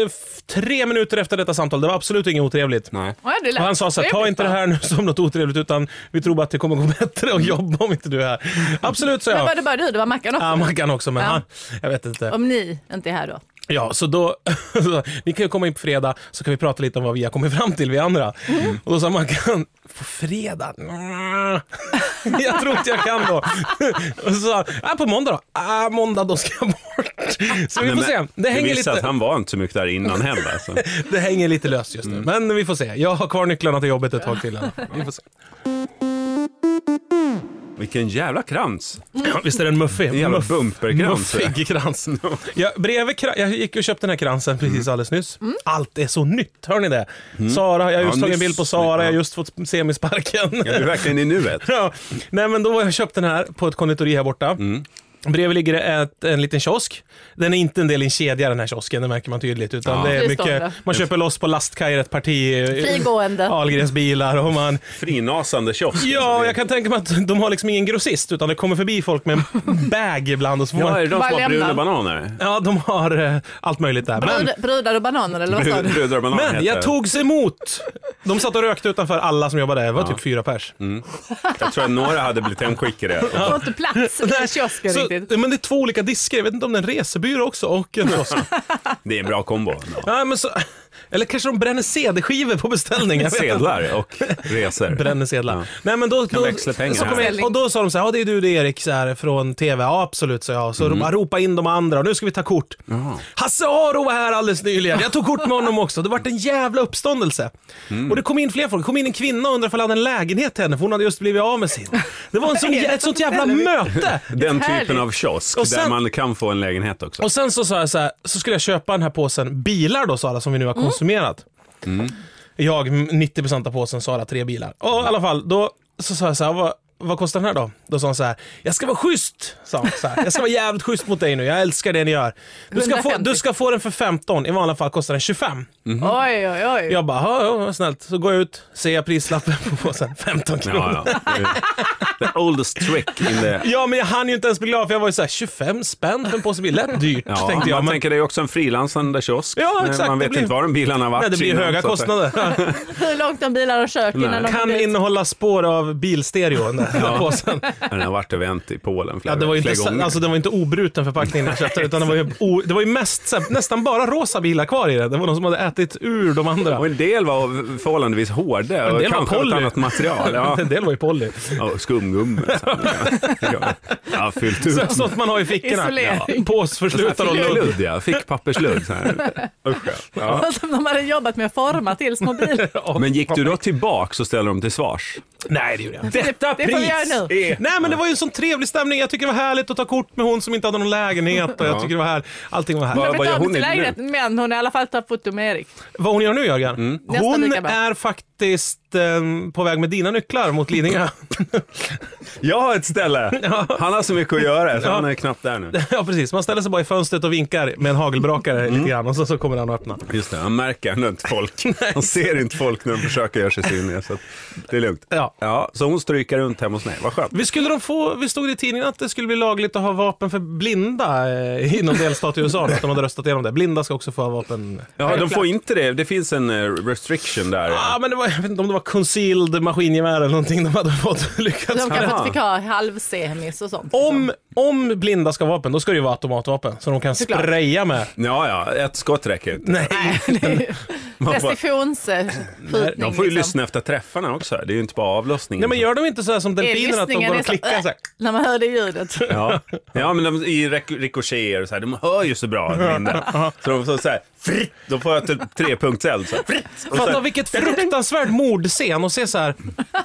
[SPEAKER 3] eh, f- tre minuter efter detta samtal, det var absolut inget otrevligt.
[SPEAKER 4] Nej.
[SPEAKER 2] Ja, det lät
[SPEAKER 3] Och han sa så här, ta
[SPEAKER 2] trevligt,
[SPEAKER 3] inte det
[SPEAKER 2] va?
[SPEAKER 3] här nu som något otrevligt utan vi tror bara att det kommer gå bättre att jobba om inte du är här. Absolut, sa
[SPEAKER 2] Men
[SPEAKER 3] jag.
[SPEAKER 2] var det bara du? Det var Mackan också?
[SPEAKER 3] Ja, man kan också, men
[SPEAKER 2] Ja.
[SPEAKER 3] han, jag vet inte.
[SPEAKER 2] Om ni inte är här då.
[SPEAKER 3] Ja, så då, ni kan ju komma in på fredag så kan vi prata lite om vad vi har kommit fram till, vi andra. Och då sa man kan, på fredag? Nja. jag tror inte jag kan då. och så sa han, "Ja, på måndag då? Ah, måndag då ska jag bort. Så vi
[SPEAKER 4] Nej,
[SPEAKER 3] får
[SPEAKER 4] men
[SPEAKER 3] se, det hänger,
[SPEAKER 4] visar att
[SPEAKER 3] lite,
[SPEAKER 4] han var inte så mycket där innan heller. Alltså.
[SPEAKER 3] det hänger lite löst just nu. Men vi får se, jag har kvar nycklarna till jobbet ett tag till. i alla fall. Vi får se.
[SPEAKER 4] Vilken jävla krans.
[SPEAKER 3] Ja, visst är det en muffig?
[SPEAKER 4] En jävla
[SPEAKER 3] Muff-
[SPEAKER 4] bumperkrans.
[SPEAKER 3] Muffig krans. Jag, bredvid, kra- jag gick och köpte den här kransen precis
[SPEAKER 4] Mm.
[SPEAKER 3] alldeles nyss. Allt är så nytt, hör ni det? Sara, jag har just
[SPEAKER 4] Ja,
[SPEAKER 3] tagit en
[SPEAKER 4] nyss.
[SPEAKER 3] bild på Sara, jag har
[SPEAKER 4] Ja.
[SPEAKER 3] just fått semisparken.
[SPEAKER 4] Ja, du är verkligen i nuet.
[SPEAKER 3] Ja. Nej men då har jag köpt den här på ett konditori här borta.
[SPEAKER 4] Mm.
[SPEAKER 3] Bredvid ligger det ett, en liten kiosk. Den är inte en del i en kedja den här kiosken, det märker man tydligt. Utan
[SPEAKER 4] Ja.
[SPEAKER 3] det är mycket,
[SPEAKER 2] Fristående.
[SPEAKER 3] man köper loss på lastkajer ett parti eh,
[SPEAKER 2] Frigående.
[SPEAKER 3] Ahlgrens bilar och man
[SPEAKER 4] Frinasande kiosk.
[SPEAKER 3] Ja, jag kan tänka mig att de har liksom ingen grossist utan det kommer förbi folk med en bag ibland och så får
[SPEAKER 4] Ja, är
[SPEAKER 3] man...
[SPEAKER 4] det de
[SPEAKER 2] Bara
[SPEAKER 4] som har bruna
[SPEAKER 2] lämna.
[SPEAKER 4] bananer?
[SPEAKER 3] Ja, de har eh, allt möjligt där. Men,
[SPEAKER 2] Brud, brudar och bananer eller vad sa
[SPEAKER 4] Bru-
[SPEAKER 2] du?
[SPEAKER 4] Brudar och bananer
[SPEAKER 3] men
[SPEAKER 4] heter
[SPEAKER 3] jag
[SPEAKER 4] det.
[SPEAKER 3] togs emot. De satt och rökte utanför alla som jobbade där. Det var typ fyra pers.
[SPEAKER 4] Mm. jag tror att några hade blivit hemskickade.
[SPEAKER 2] Du får inte plats i kiosken
[SPEAKER 3] Så,
[SPEAKER 2] riktigt.
[SPEAKER 3] men det är två olika diskar. Jag vet inte om det är en resebyrå också och en kiosk.
[SPEAKER 4] Det är en bra kombo. ändå.
[SPEAKER 3] ja, men så, eller kanske de bränner CD-skivor på beställning. Jag vet inte.
[SPEAKER 4] Sedlar och resor.
[SPEAKER 3] Bränner sedlar.
[SPEAKER 4] Ja.
[SPEAKER 3] Nej, men då, då,
[SPEAKER 4] växla pengar
[SPEAKER 3] så kom
[SPEAKER 4] här.
[SPEAKER 3] jag, in, och då sa de så här, ja det är du det är Erik så här, från TV. Ja absolut sa jag. Så de bara ropa in de andra och nu ska vi ta kort. Hasse Aro var här alldeles nyligen. Jag tog kort med honom också. Det vart en jävla uppståndelse. Och det kom in fler folk. Det kom in en kvinna och undrade ifall jag hade en lägenhet till henne för hon hade just blivit av med sin. Det var en sån, jä- ett sånt jävla möte.
[SPEAKER 4] Den
[SPEAKER 2] Härligt.
[SPEAKER 4] typen av kiosk
[SPEAKER 3] Och sen-
[SPEAKER 4] där man kan få en lägenhet också.
[SPEAKER 3] Och sen så sa jag så här, så skulle jag köpa den här påsen bilar då Sara som vi nu
[SPEAKER 4] Mm.
[SPEAKER 3] har konsumerat. Jag, 90% av påsen, Sara tre bilar. Och i alla fall, då så sa jag så här, vad, vad kostar den här då? Då sa hon så här, jag ska vara schysst! Sa hon så här. Jag ska vara jävligt schysst mot dig nu, jag älskar det ni gör. Du ska, få,
[SPEAKER 2] 150.
[SPEAKER 3] du ska få den för 15, i vanliga fall kostar den 25.
[SPEAKER 2] Oj, oj, oj.
[SPEAKER 3] Jag bara, Mhm. "Ja, ja, vad snällt. Så går jag ut, ser jag prislappen på påsen, 15 kronor.
[SPEAKER 4] Ja, ja. Det är- The oldest trick in the...
[SPEAKER 3] Ja men jag hann ju inte ens bli glad för jag var ju såhär 25 spänn för en påse bilar, lätt dyrt
[SPEAKER 4] Ja,
[SPEAKER 3] tänkte jag.
[SPEAKER 4] man
[SPEAKER 3] Men
[SPEAKER 4] tänker det är också en frilansande kiosk.
[SPEAKER 3] Ja,
[SPEAKER 4] Men
[SPEAKER 3] exakt,
[SPEAKER 4] Man
[SPEAKER 3] det
[SPEAKER 4] vet
[SPEAKER 3] blir-
[SPEAKER 4] inte var de bilarna har varit.
[SPEAKER 3] nej, det blir
[SPEAKER 4] innan,
[SPEAKER 3] höga
[SPEAKER 4] så att-
[SPEAKER 3] kostnader.
[SPEAKER 2] Hur långt de bilar och kök innan
[SPEAKER 4] Nej.
[SPEAKER 2] de
[SPEAKER 3] kan
[SPEAKER 2] kom dit.
[SPEAKER 3] innehålla spår av bilstereo, den där påsen.
[SPEAKER 4] Den har varit event i Polen flera,
[SPEAKER 3] Ja, det var ju inte,
[SPEAKER 4] flera
[SPEAKER 3] så-
[SPEAKER 4] gånger.
[SPEAKER 3] alltså, den var ju inte obruten förpackningen jag köpte, utan det var ju, o, det var ju mest, så här, nästan bara rosa bilar kvar i den. Det var de som hade ätit ur de andra.
[SPEAKER 4] Och en del var förhållandevis hårda
[SPEAKER 3] En
[SPEAKER 4] och
[SPEAKER 3] del var
[SPEAKER 4] kanske av ett
[SPEAKER 3] poly.
[SPEAKER 4] annat material. Ja.
[SPEAKER 3] En del var ju Polly.
[SPEAKER 4] Ja, skumgummi. och sånt. Ja, ja fyllt ut.
[SPEAKER 3] Så, sånt man har i fickorna.
[SPEAKER 2] Isolering.
[SPEAKER 3] Ja. Påsförslutare och ludd.
[SPEAKER 4] Ludd, ja. Fick pappersludd. Så här. Usch, ja. ja.
[SPEAKER 2] Som de hade jobbat med att forma till små bilar.
[SPEAKER 3] Ja.
[SPEAKER 4] Men gick du då tillbaks och ställde dem till svars?
[SPEAKER 3] Nej, det gjorde jag inte.
[SPEAKER 2] Detta det får vi göra nu.
[SPEAKER 4] Är...
[SPEAKER 3] Nej men det var ju en sån trevlig stämning, jag tycker det var härligt att ta kort med hon som inte hade någon lägenhet och jag
[SPEAKER 4] Ja.
[SPEAKER 3] tycker det var härligt. Allting var
[SPEAKER 4] Vad-
[SPEAKER 3] härligt.
[SPEAKER 2] Jag
[SPEAKER 4] vad
[SPEAKER 2] vet
[SPEAKER 4] gör
[SPEAKER 2] inte
[SPEAKER 4] hon
[SPEAKER 2] till
[SPEAKER 4] nu?
[SPEAKER 2] lägenheten, men hon har i alla fall tagit foto med Erik.
[SPEAKER 3] Vad hon gör nu Jörgen?
[SPEAKER 2] Nästan
[SPEAKER 3] Hon
[SPEAKER 2] lika bra.
[SPEAKER 3] är faktiskt eh, på väg med dina nycklar mot Lidingö.
[SPEAKER 4] Jag har ett ställe. Han har så mycket att göra så han är knappt där nu.
[SPEAKER 3] Ja precis, man ställer sig bara i fönstret och vinkar med en hagelbrakare
[SPEAKER 2] Mm.
[SPEAKER 3] lite grann och så, så kommer han att öppna.
[SPEAKER 4] Just det, han märker ändå inte folk. Han ser inte folk när de försöker göra sig synliga. Så att det är lugnt.
[SPEAKER 3] Ja.
[SPEAKER 4] Ja, så hon stryker runt hemma hos mig. Vad skönt.
[SPEAKER 3] Vi, skulle de få, vi stod det i tidningen att det skulle bli lagligt att ha vapen för blinda eh, inom delstat i USA, att de hade röstat igenom det. Blinda ska också få ha vapen.
[SPEAKER 4] Ja, de får inte det. Det finns en eh, restriction där.
[SPEAKER 3] Ja, men det var, jag vet inte om det var concealed maskingevär eller någonting de hade fått lyckats
[SPEAKER 2] De
[SPEAKER 3] med.
[SPEAKER 2] kanske
[SPEAKER 4] Jaha.
[SPEAKER 2] inte fick ha halvsemis och sånt.
[SPEAKER 3] Om, om blinda ska ha vapen, då ska det ju vara automatvapen som de kan
[SPEAKER 2] Såklart.
[SPEAKER 3] spraya med.
[SPEAKER 4] Ja, ja, ett skott räcker inte.
[SPEAKER 3] Nej.
[SPEAKER 4] Man får-
[SPEAKER 2] Restriktionsskjutning.
[SPEAKER 4] De får
[SPEAKER 2] liksom.
[SPEAKER 4] ju lyssna efter träffarna också. Det är ju inte bara avlossningen.
[SPEAKER 3] Nej, men gör de inte så här som
[SPEAKER 2] Är
[SPEAKER 3] delfinerna, att de
[SPEAKER 2] lyssningen
[SPEAKER 3] går
[SPEAKER 2] är
[SPEAKER 3] och klickar så här?
[SPEAKER 2] När man hör det ljudet.
[SPEAKER 4] Ja. ja, men de, i rek- rikoschetter och så här, de hör ju så bra. Linda. Så de får så här, fritt, då får jag typ trepunktseld. Så här, fritt. Och
[SPEAKER 3] Fatta
[SPEAKER 4] sen,
[SPEAKER 3] vilket fruktansvärd mordscen att se så här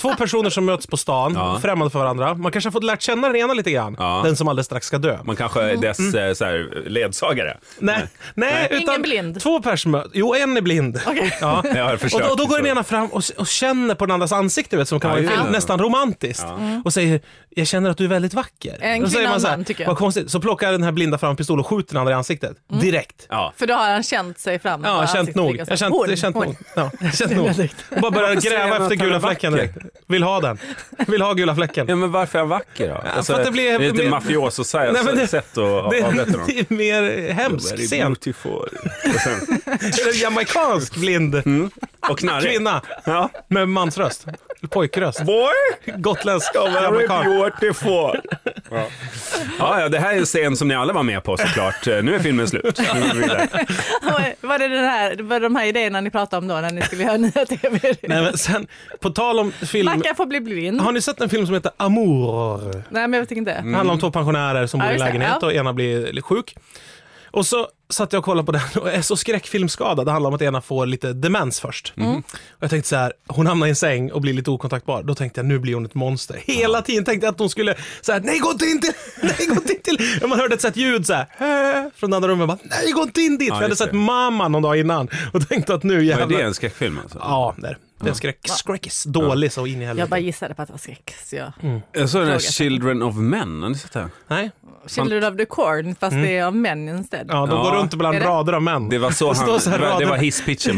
[SPEAKER 3] två personer som möts på stan,
[SPEAKER 4] Ja.
[SPEAKER 3] främmande för varandra. Man kanske har fått lärt känna den ena lite grann.
[SPEAKER 4] Ja.
[SPEAKER 3] Den som alldeles strax ska dö.
[SPEAKER 4] Man kanske
[SPEAKER 3] Mm.
[SPEAKER 4] är dess eh, så här, ledsagare.
[SPEAKER 3] Nej, nej,
[SPEAKER 2] Ingen
[SPEAKER 3] utan
[SPEAKER 2] blind.
[SPEAKER 3] två personer. Jo, en är blind. Ja.
[SPEAKER 4] Jag har försökt.
[SPEAKER 3] Och då, då går den
[SPEAKER 4] förstå.
[SPEAKER 3] ena fram och, s- och känner på den andras ansikte, vet, som kan
[SPEAKER 4] Ja,
[SPEAKER 3] vara
[SPEAKER 4] just
[SPEAKER 3] fyllt,
[SPEAKER 4] det.
[SPEAKER 3] nästan romantiskt. Och säger “Jag känner att du är väldigt vacker”.
[SPEAKER 2] Mm. En kvinna
[SPEAKER 3] då säger
[SPEAKER 2] och
[SPEAKER 3] man
[SPEAKER 2] en
[SPEAKER 3] så här,
[SPEAKER 2] man, tycker jag. Mm.
[SPEAKER 3] “Vad konstigt”. Så plockar den här blinda fram en pistol och skjuter den andra i ansiktet. Direkt.
[SPEAKER 4] Ja.
[SPEAKER 2] För då har han känt sig fram.
[SPEAKER 3] Ja, jag
[SPEAKER 2] Bara
[SPEAKER 3] har
[SPEAKER 2] ansiktet
[SPEAKER 3] känt
[SPEAKER 2] liksom.
[SPEAKER 3] nog.
[SPEAKER 2] ligger
[SPEAKER 3] Jag
[SPEAKER 2] så
[SPEAKER 3] har
[SPEAKER 2] här.
[SPEAKER 3] känt,
[SPEAKER 2] Hon,
[SPEAKER 3] jag har känt
[SPEAKER 2] hon.
[SPEAKER 3] nog. Ja, jag har känt nog. Och bara börjar
[SPEAKER 4] säger
[SPEAKER 3] gräva
[SPEAKER 4] man
[SPEAKER 3] efter
[SPEAKER 4] att han
[SPEAKER 3] gula
[SPEAKER 4] är
[SPEAKER 3] fläcken
[SPEAKER 4] vacker?
[SPEAKER 3] direkt. Vill ha den. Vill ha gula fläcken.
[SPEAKER 4] Ja, men varför är jag vacker då? Alltså,
[SPEAKER 3] för att det blir-
[SPEAKER 4] är lite
[SPEAKER 3] blir-
[SPEAKER 4] mafioso så här,
[SPEAKER 3] Nej, men det-
[SPEAKER 4] sätt att
[SPEAKER 3] Det är,
[SPEAKER 4] avrätta dem.
[SPEAKER 3] det är mer hemsk
[SPEAKER 4] Very
[SPEAKER 3] scen.
[SPEAKER 4] beautiful. Och, sen,
[SPEAKER 3] En jamaicansk blind
[SPEAKER 4] Mm, och knarrig.
[SPEAKER 3] kvinna
[SPEAKER 4] Ja.
[SPEAKER 3] med mansröst. Pojkröst.
[SPEAKER 4] Boy,
[SPEAKER 3] Gotländsk
[SPEAKER 4] very
[SPEAKER 3] jamaican.
[SPEAKER 4] beautiful. Ja. Ja, ja, det här är en scen som ni alla var med på såklart. Eh, Nu är filmen slut. Nu går vi vidare.
[SPEAKER 2] Var det, den här, var det de här idéerna ni pratade om då när ni skulle göra nya tv?
[SPEAKER 3] Nej, men sen, på tal om film.
[SPEAKER 2] Mackan får bli blind.
[SPEAKER 3] Har Mm. ni sett en film som heter Amour?
[SPEAKER 2] Nej, men jag tycker inte.
[SPEAKER 3] Det handlar om två pensionärer som bor
[SPEAKER 2] Ja,
[SPEAKER 3] i
[SPEAKER 2] just det,
[SPEAKER 3] lägenhet
[SPEAKER 2] ja.
[SPEAKER 3] och ena blir lite sjuk. Och så satt jag och kollade på den och är så skräckfilmskadad. Det handlar om att ena får lite demens först.
[SPEAKER 2] Mm.
[SPEAKER 3] Mm. Och jag tänkte så här, hon hamnar i en säng och blir lite okontaktbar. Då tänkte jag, nu blir hon ett monster. Hela tiden tänkte jag att hon skulle så här, nej gå inte in till, nej gå inte in till. Och man hörde ett sånt ljud så här, "Hä?" från andra rummet. Bara, nej gå inte in dit. För jag hade
[SPEAKER 4] just
[SPEAKER 3] sett
[SPEAKER 4] det.
[SPEAKER 3] mamma någon dag innan och tänkte att nu
[SPEAKER 4] Vad är det,
[SPEAKER 3] jävlar.
[SPEAKER 4] en skräckfilm alltså?
[SPEAKER 3] Ja, det är det. Det är en skräck, skräckis. Dålig så in i
[SPEAKER 2] Jag bara
[SPEAKER 3] helvete.
[SPEAKER 2] gissade på att det var skräck. Så jag...
[SPEAKER 3] Mm.
[SPEAKER 4] Jag såg den här
[SPEAKER 2] Fråga.
[SPEAKER 4] Children of Men, har ni sett den?
[SPEAKER 3] Nej.
[SPEAKER 2] Children of the Corn, fast det är av män instead.
[SPEAKER 3] Mm. Ja, de
[SPEAKER 4] Ja.
[SPEAKER 3] går runt bland
[SPEAKER 2] Är det-
[SPEAKER 3] rader av män.
[SPEAKER 4] Det var så
[SPEAKER 3] Det står
[SPEAKER 4] han,
[SPEAKER 3] så här
[SPEAKER 4] det var- det
[SPEAKER 3] raden-
[SPEAKER 4] var hisspitchen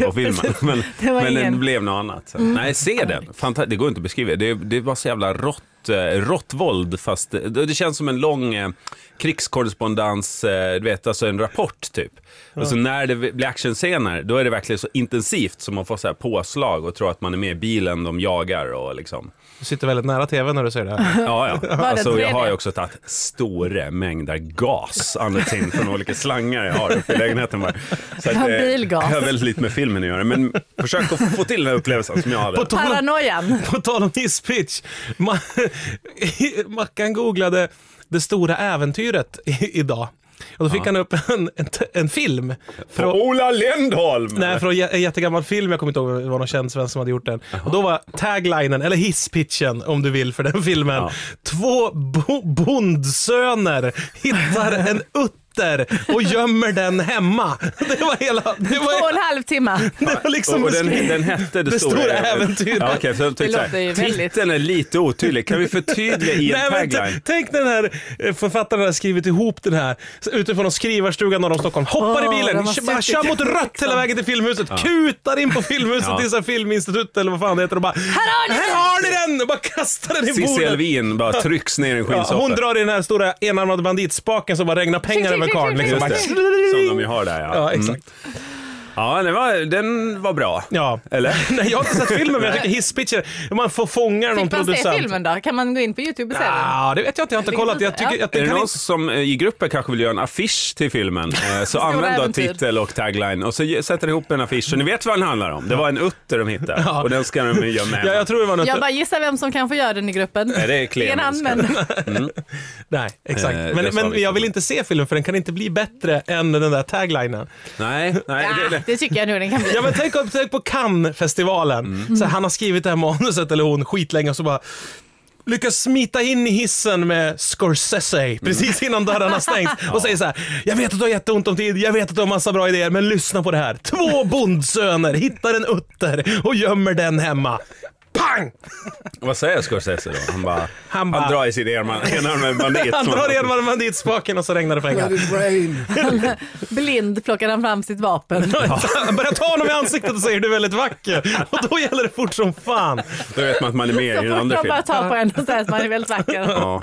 [SPEAKER 4] på filmen. Men det,
[SPEAKER 2] Det var
[SPEAKER 4] men det
[SPEAKER 2] ingen-
[SPEAKER 4] blev något annat.
[SPEAKER 3] Mm.
[SPEAKER 4] Nej, se den. Fanta- det går inte att beskriva. Det, det var så jävla rått, eh, rått våld. Fast det, det känns som en lång eh, krigskorrespondens, eh, du vet, alltså en rapport typ. Och så när det blir actionscener, då är det verkligen så intensivt som man får så här påslag och tror att man är med i bilen de jagar och liksom.
[SPEAKER 3] Du sitter väldigt nära tv när du säger det här.
[SPEAKER 4] Ja, ja.
[SPEAKER 2] det
[SPEAKER 4] Alltså, jag
[SPEAKER 2] tredje?
[SPEAKER 4] har ju också tagit stora mängder gas andas in från olika slangar jag har uppe i lägenheten. Bara. Så att, eh,
[SPEAKER 2] Bilgas.
[SPEAKER 4] Jag har väldigt lite med filmen att göra, men försök att få till den här upplevelsen som jag hade.
[SPEAKER 3] På tal om,
[SPEAKER 2] Paranoian.
[SPEAKER 3] på tal om hisspitch. Ma Mackan googlade det stora äventyret i idag. Och då fick han upp en, en, t- en film.
[SPEAKER 4] Från
[SPEAKER 3] Från,
[SPEAKER 4] Ola Lindholm!
[SPEAKER 3] nej, från jä- en jättegammal film, jag kommer inte ihåg, det var någon känd svensk som hade gjort den. Och då var taglinen, eller hisspitchen om du vill för den filmen.
[SPEAKER 4] Ja.
[SPEAKER 3] Två bo bondsöner hittar en utter och gömmer den hemma. Det var hela... Det
[SPEAKER 2] Två och
[SPEAKER 3] var,
[SPEAKER 2] en halv timme.
[SPEAKER 3] det var liksom
[SPEAKER 4] och, och den,
[SPEAKER 3] beskrivet.
[SPEAKER 4] den hette Det,
[SPEAKER 3] Det stora äventyret.
[SPEAKER 4] Ja, okay, så jag
[SPEAKER 2] Det
[SPEAKER 4] tänkte så
[SPEAKER 2] låter
[SPEAKER 4] här,
[SPEAKER 2] ju väldigt-
[SPEAKER 4] titeln är lite otydlig, kan vi förtydliga i en
[SPEAKER 3] Nej, men
[SPEAKER 4] tagline?
[SPEAKER 3] t- tänk när den här eh, författaren har skrivit ihop den här så utifrån en skrivarstuga norr om Stockholm. Hoppar
[SPEAKER 2] Åh,
[SPEAKER 3] i bilen,
[SPEAKER 2] de har
[SPEAKER 3] kö- bara
[SPEAKER 2] suttit
[SPEAKER 3] kör mot
[SPEAKER 2] liksom.
[SPEAKER 3] rött hela vägen till Filmhuset, kutar in på Filmhuset
[SPEAKER 4] Ja.
[SPEAKER 3] till så här Filminstitutet eller vad fan det heter och bara
[SPEAKER 2] har ni
[SPEAKER 3] Här
[SPEAKER 2] den!"
[SPEAKER 3] har ni den! Och bara kastar den i
[SPEAKER 4] Cissi
[SPEAKER 3] bordet.
[SPEAKER 4] Elvin bara trycks ner i en
[SPEAKER 3] Ja,
[SPEAKER 4] skinnsoffa.
[SPEAKER 3] hon drar i den här stora enarmade banditspaken som bara regnar pengar över karln. Liksom.
[SPEAKER 4] Just
[SPEAKER 3] Bara-
[SPEAKER 4] det, som de ju har där ja.
[SPEAKER 3] Ja,
[SPEAKER 4] Mm.
[SPEAKER 3] exakt.
[SPEAKER 4] Ja, den var, den var bra.
[SPEAKER 3] Ja.
[SPEAKER 4] Eller?
[SPEAKER 3] Nej, jag har inte sett filmen men jag tycker hisspitcher, man får fånga någon
[SPEAKER 2] Fick man se
[SPEAKER 3] producent.
[SPEAKER 2] filmen då? Kan man gå in på Youtube och se den?
[SPEAKER 3] Ja, det vet jag inte, jag har inte kollat. Jag tycker
[SPEAKER 2] Ja.
[SPEAKER 3] att det
[SPEAKER 4] Är det
[SPEAKER 3] kan
[SPEAKER 4] någon
[SPEAKER 3] inte...
[SPEAKER 4] som eh, i gruppen kanske vill göra en affisch till filmen eh, så använd då
[SPEAKER 2] äventyr.
[SPEAKER 4] titel och tagline och så ge- sätter ni ihop en affisch så ni vet vad den handlar om. Det var en utter de hittade och den ska de ju göra med.
[SPEAKER 3] Ja, jag tror det var något...
[SPEAKER 2] Jag bara gissar vem som kan få göra den i gruppen.
[SPEAKER 4] Nej, det är Clemens.
[SPEAKER 2] en använd.
[SPEAKER 3] Nej, exakt.
[SPEAKER 4] Eh, det
[SPEAKER 3] men
[SPEAKER 4] sa
[SPEAKER 3] men
[SPEAKER 4] vi.
[SPEAKER 3] jag vill inte se filmen för den kan inte bli bättre än den där taglinen.
[SPEAKER 4] Nej, nej.
[SPEAKER 2] Ja,
[SPEAKER 4] det- det-
[SPEAKER 2] det tycker jag nu den kan bli.
[SPEAKER 3] Ja, men tänk, om- tänk på Cannes-festivalen.
[SPEAKER 4] Mm.
[SPEAKER 3] Så här, han har skrivit det här manuset, eller hon, skitlänge och så bara lyckas smita in i hissen med Scorsese
[SPEAKER 4] Mm.
[SPEAKER 3] precis innan dörrarna stängs och säger så här. Jag vet att du har jätteont om tid, jag vet att du har massa bra idéer, men lyssna på det här. Två bondsöner hittar en utter och gömmer den hemma. Pang!
[SPEAKER 4] Vad säger Scorsese då? Han bara, han
[SPEAKER 3] Han bara-
[SPEAKER 4] drar i sin enarm- enarmade bandit.
[SPEAKER 3] Han drar enarmade banditspaken och så regnar det pengar.
[SPEAKER 2] Blind plockar han fram sitt vapen.
[SPEAKER 3] Han börjar ta honom i ansiktet och säger du är väldigt vacker. Och då gäller det fort som fan.
[SPEAKER 4] Då vet man att man är med
[SPEAKER 2] Så
[SPEAKER 4] i den
[SPEAKER 2] fort
[SPEAKER 4] andra
[SPEAKER 2] de bara
[SPEAKER 4] filmen.
[SPEAKER 2] tar på en och säger att man är väldigt vacker.
[SPEAKER 4] Ja.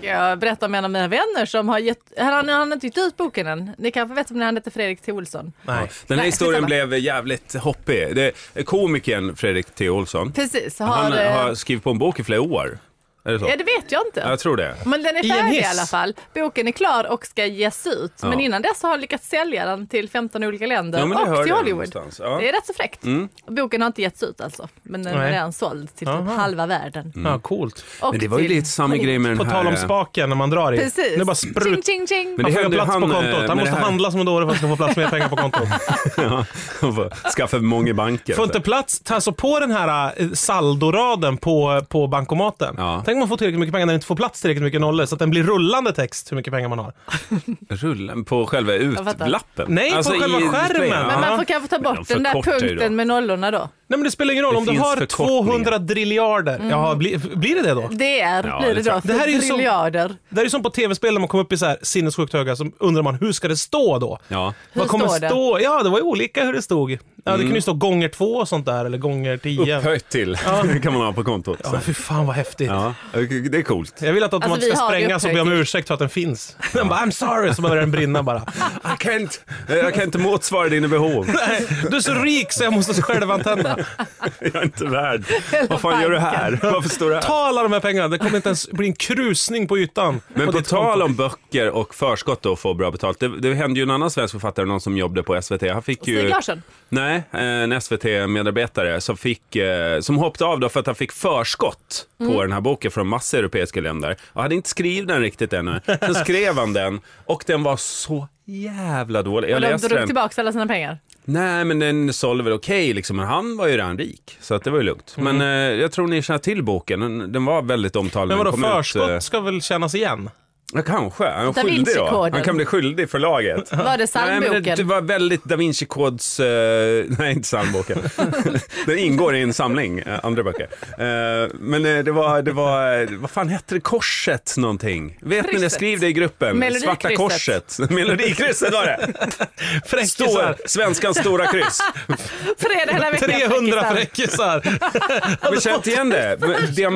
[SPEAKER 2] Jag berättar om en av mina vänner som har gett, han, han har inte gett ut boken än. Ni kanske vet om det, han heter Fredrik T. Olsson.
[SPEAKER 3] Nej.
[SPEAKER 4] Den här
[SPEAKER 2] Nej,
[SPEAKER 4] historien
[SPEAKER 2] skitsamma.
[SPEAKER 4] blev jävligt hoppig. Det, komikern Fredrik T. Olsson,
[SPEAKER 2] Precis, har,
[SPEAKER 4] han
[SPEAKER 2] eh,
[SPEAKER 4] har skrivit på en bok i flera år. Är det så?
[SPEAKER 2] Ja, det vet jag inte.
[SPEAKER 4] Ja, Jag tror det.
[SPEAKER 2] Men den är
[SPEAKER 3] I en
[SPEAKER 2] färdig i
[SPEAKER 3] hiss.
[SPEAKER 2] alla fall. Boken är klar och ska ges ut.
[SPEAKER 4] Ja.
[SPEAKER 2] Men innan dess har jag lyckats sälja den till 15 olika länder
[SPEAKER 4] Ja, men det hörde
[SPEAKER 2] och till
[SPEAKER 4] jag
[SPEAKER 2] Hollywood.
[SPEAKER 4] någonstans. Mm. Ja.
[SPEAKER 2] Det är rätt så fräckt. Boken har inte getts ut alltså. Men den är
[SPEAKER 3] Nej.
[SPEAKER 2] redan såld till typ
[SPEAKER 3] Aha.
[SPEAKER 2] halva världen.
[SPEAKER 3] Ja, coolt.
[SPEAKER 2] Och
[SPEAKER 4] Men det var ju
[SPEAKER 2] till...
[SPEAKER 4] lite samma grej med den
[SPEAKER 3] På
[SPEAKER 4] här...
[SPEAKER 3] tal om spaken när man drar i.
[SPEAKER 2] Precis.
[SPEAKER 3] Nu bara
[SPEAKER 2] Ching,
[SPEAKER 3] sprut.
[SPEAKER 2] ching, ching.
[SPEAKER 3] Han
[SPEAKER 4] Men- det
[SPEAKER 3] får ju
[SPEAKER 4] hände
[SPEAKER 3] plats
[SPEAKER 4] ju
[SPEAKER 3] på
[SPEAKER 4] han, eh,
[SPEAKER 3] kontot.
[SPEAKER 4] med
[SPEAKER 3] Han
[SPEAKER 4] det
[SPEAKER 3] måste
[SPEAKER 4] här.
[SPEAKER 3] handla som en dåre för att ska få plats med mer pengar på kontot.
[SPEAKER 4] Ja, och bara eh, Skaffa många banker.
[SPEAKER 3] Får inte plats, ta alltså på den här eh, saldoraden på, på bankomaten.
[SPEAKER 4] Ja.
[SPEAKER 3] Tänk om man får tillräckligt mycket pengar när det inte får plats tillräckligt mycket nollor så att den blir rullande text hur mycket pengar man har.
[SPEAKER 4] Rullen på själva
[SPEAKER 2] fattar.
[SPEAKER 4] utlappen?
[SPEAKER 3] Nej,
[SPEAKER 4] Alltså,
[SPEAKER 3] på
[SPEAKER 4] i
[SPEAKER 3] själva skärmen.
[SPEAKER 4] displayen.
[SPEAKER 2] Men
[SPEAKER 3] Ja.
[SPEAKER 2] man får kanske ta
[SPEAKER 4] Men de
[SPEAKER 2] bort den där
[SPEAKER 4] förkortar ju då.
[SPEAKER 2] punkten med nollorna då.
[SPEAKER 3] Nej men det spelar ingen roll,
[SPEAKER 4] Det
[SPEAKER 3] om du
[SPEAKER 4] finns
[SPEAKER 3] har
[SPEAKER 4] förkortningar.
[SPEAKER 3] 200 driljarder, jaha, bli, blir det det då?
[SPEAKER 2] Det är,
[SPEAKER 4] Ja,
[SPEAKER 2] blir det
[SPEAKER 4] det tror
[SPEAKER 2] då.
[SPEAKER 4] jag.
[SPEAKER 2] För
[SPEAKER 3] Det här är ju som-
[SPEAKER 2] triljarder.
[SPEAKER 3] Det är ju som på tv-spel när man kommer upp i så här sinnessjukt höga så undrar man hur ska det stå då?
[SPEAKER 4] Ja.
[SPEAKER 2] Hur
[SPEAKER 3] Vad kommer
[SPEAKER 2] står det?
[SPEAKER 3] stå? Ja, det var ju olika hur det stod. Ja, det kunde ju stå gånger två och sånt där eller gånger tio.
[SPEAKER 4] Mm. Upphöjt till kan man ha på kontot.
[SPEAKER 3] Ja, fy fan vad häftigt.
[SPEAKER 4] Ja, det är coolt.
[SPEAKER 3] Jag vill att automaten
[SPEAKER 2] Alltså, vi
[SPEAKER 3] ska
[SPEAKER 2] har det
[SPEAKER 3] sprängas och be om
[SPEAKER 2] upphöjt.
[SPEAKER 3] ursäkt för att den finns. Den bara I'm sorry, så börjar den brinna bara.
[SPEAKER 4] Jag kan inte, Ah, jag kan inte motsvara dina behov.
[SPEAKER 3] Nej, du är så rik så jag måste självantända.
[SPEAKER 4] Jag är inte värd.
[SPEAKER 2] Hela
[SPEAKER 4] Vad fan gör du här? Varför står du här?
[SPEAKER 3] Ta alla de här pengarna, det kommer inte ens bli en krusning på ytan.
[SPEAKER 4] Men på
[SPEAKER 3] ditt
[SPEAKER 4] tal
[SPEAKER 3] konto.
[SPEAKER 4] om böcker och förskott då och få bra betalt. Det, det hände ju en annan svensk författare, någon som jobbade på SVT. Han fick
[SPEAKER 2] Stig
[SPEAKER 4] ju...
[SPEAKER 2] Larsson.
[SPEAKER 4] Nej, eh, en SVT-medarbetare som, fick, eh, som hoppade av då för att han fick förskott
[SPEAKER 2] Mm.
[SPEAKER 4] på den här boken från massa europeiska länder. Och hade inte skrivit den riktigt ännu. Sen skrev han den och den var så jävla dålig. Jag
[SPEAKER 2] Och de
[SPEAKER 4] läste
[SPEAKER 2] drog
[SPEAKER 4] den.
[SPEAKER 2] tillbaka alla sina pengar.
[SPEAKER 4] Nej, men den sålde väl okej, liksom. men han var ju redan rik. Så att det var ju lugnt.
[SPEAKER 2] Mm.
[SPEAKER 4] Men eh, jag tror ni känner till boken. Den, den var väldigt omtalad.
[SPEAKER 3] Men
[SPEAKER 4] när
[SPEAKER 3] vadå,
[SPEAKER 4] den kom ut, eh,
[SPEAKER 3] förskott ska väl kännas igen?
[SPEAKER 4] Ja, kanske. Han är
[SPEAKER 2] Da
[SPEAKER 4] skyldig då.
[SPEAKER 2] Vinci-koden.
[SPEAKER 4] Han kan bli skyldig för laget.
[SPEAKER 2] Var det
[SPEAKER 4] Nej, men det,
[SPEAKER 2] psalmboken?
[SPEAKER 4] det var väldigt Da Vinci-kods... eh, nej, inte psalmboken. Den ingår i en samling, eh, andra böcker. Eh, men eh, det var, det var, eh, vad fan hette det, korset någonting? Vet ni det?
[SPEAKER 2] Krysset.
[SPEAKER 4] Skriv det i gruppen.
[SPEAKER 2] Melodikrysset.
[SPEAKER 4] Svarta korset. Melodikrysset var det.
[SPEAKER 3] Fräckisar!
[SPEAKER 4] Stor, svenskans stora kryss.
[SPEAKER 2] Fredag hela veckan.
[SPEAKER 3] 300
[SPEAKER 2] fräckisar.
[SPEAKER 3] fräckisar!
[SPEAKER 4] Har vi känt igen det?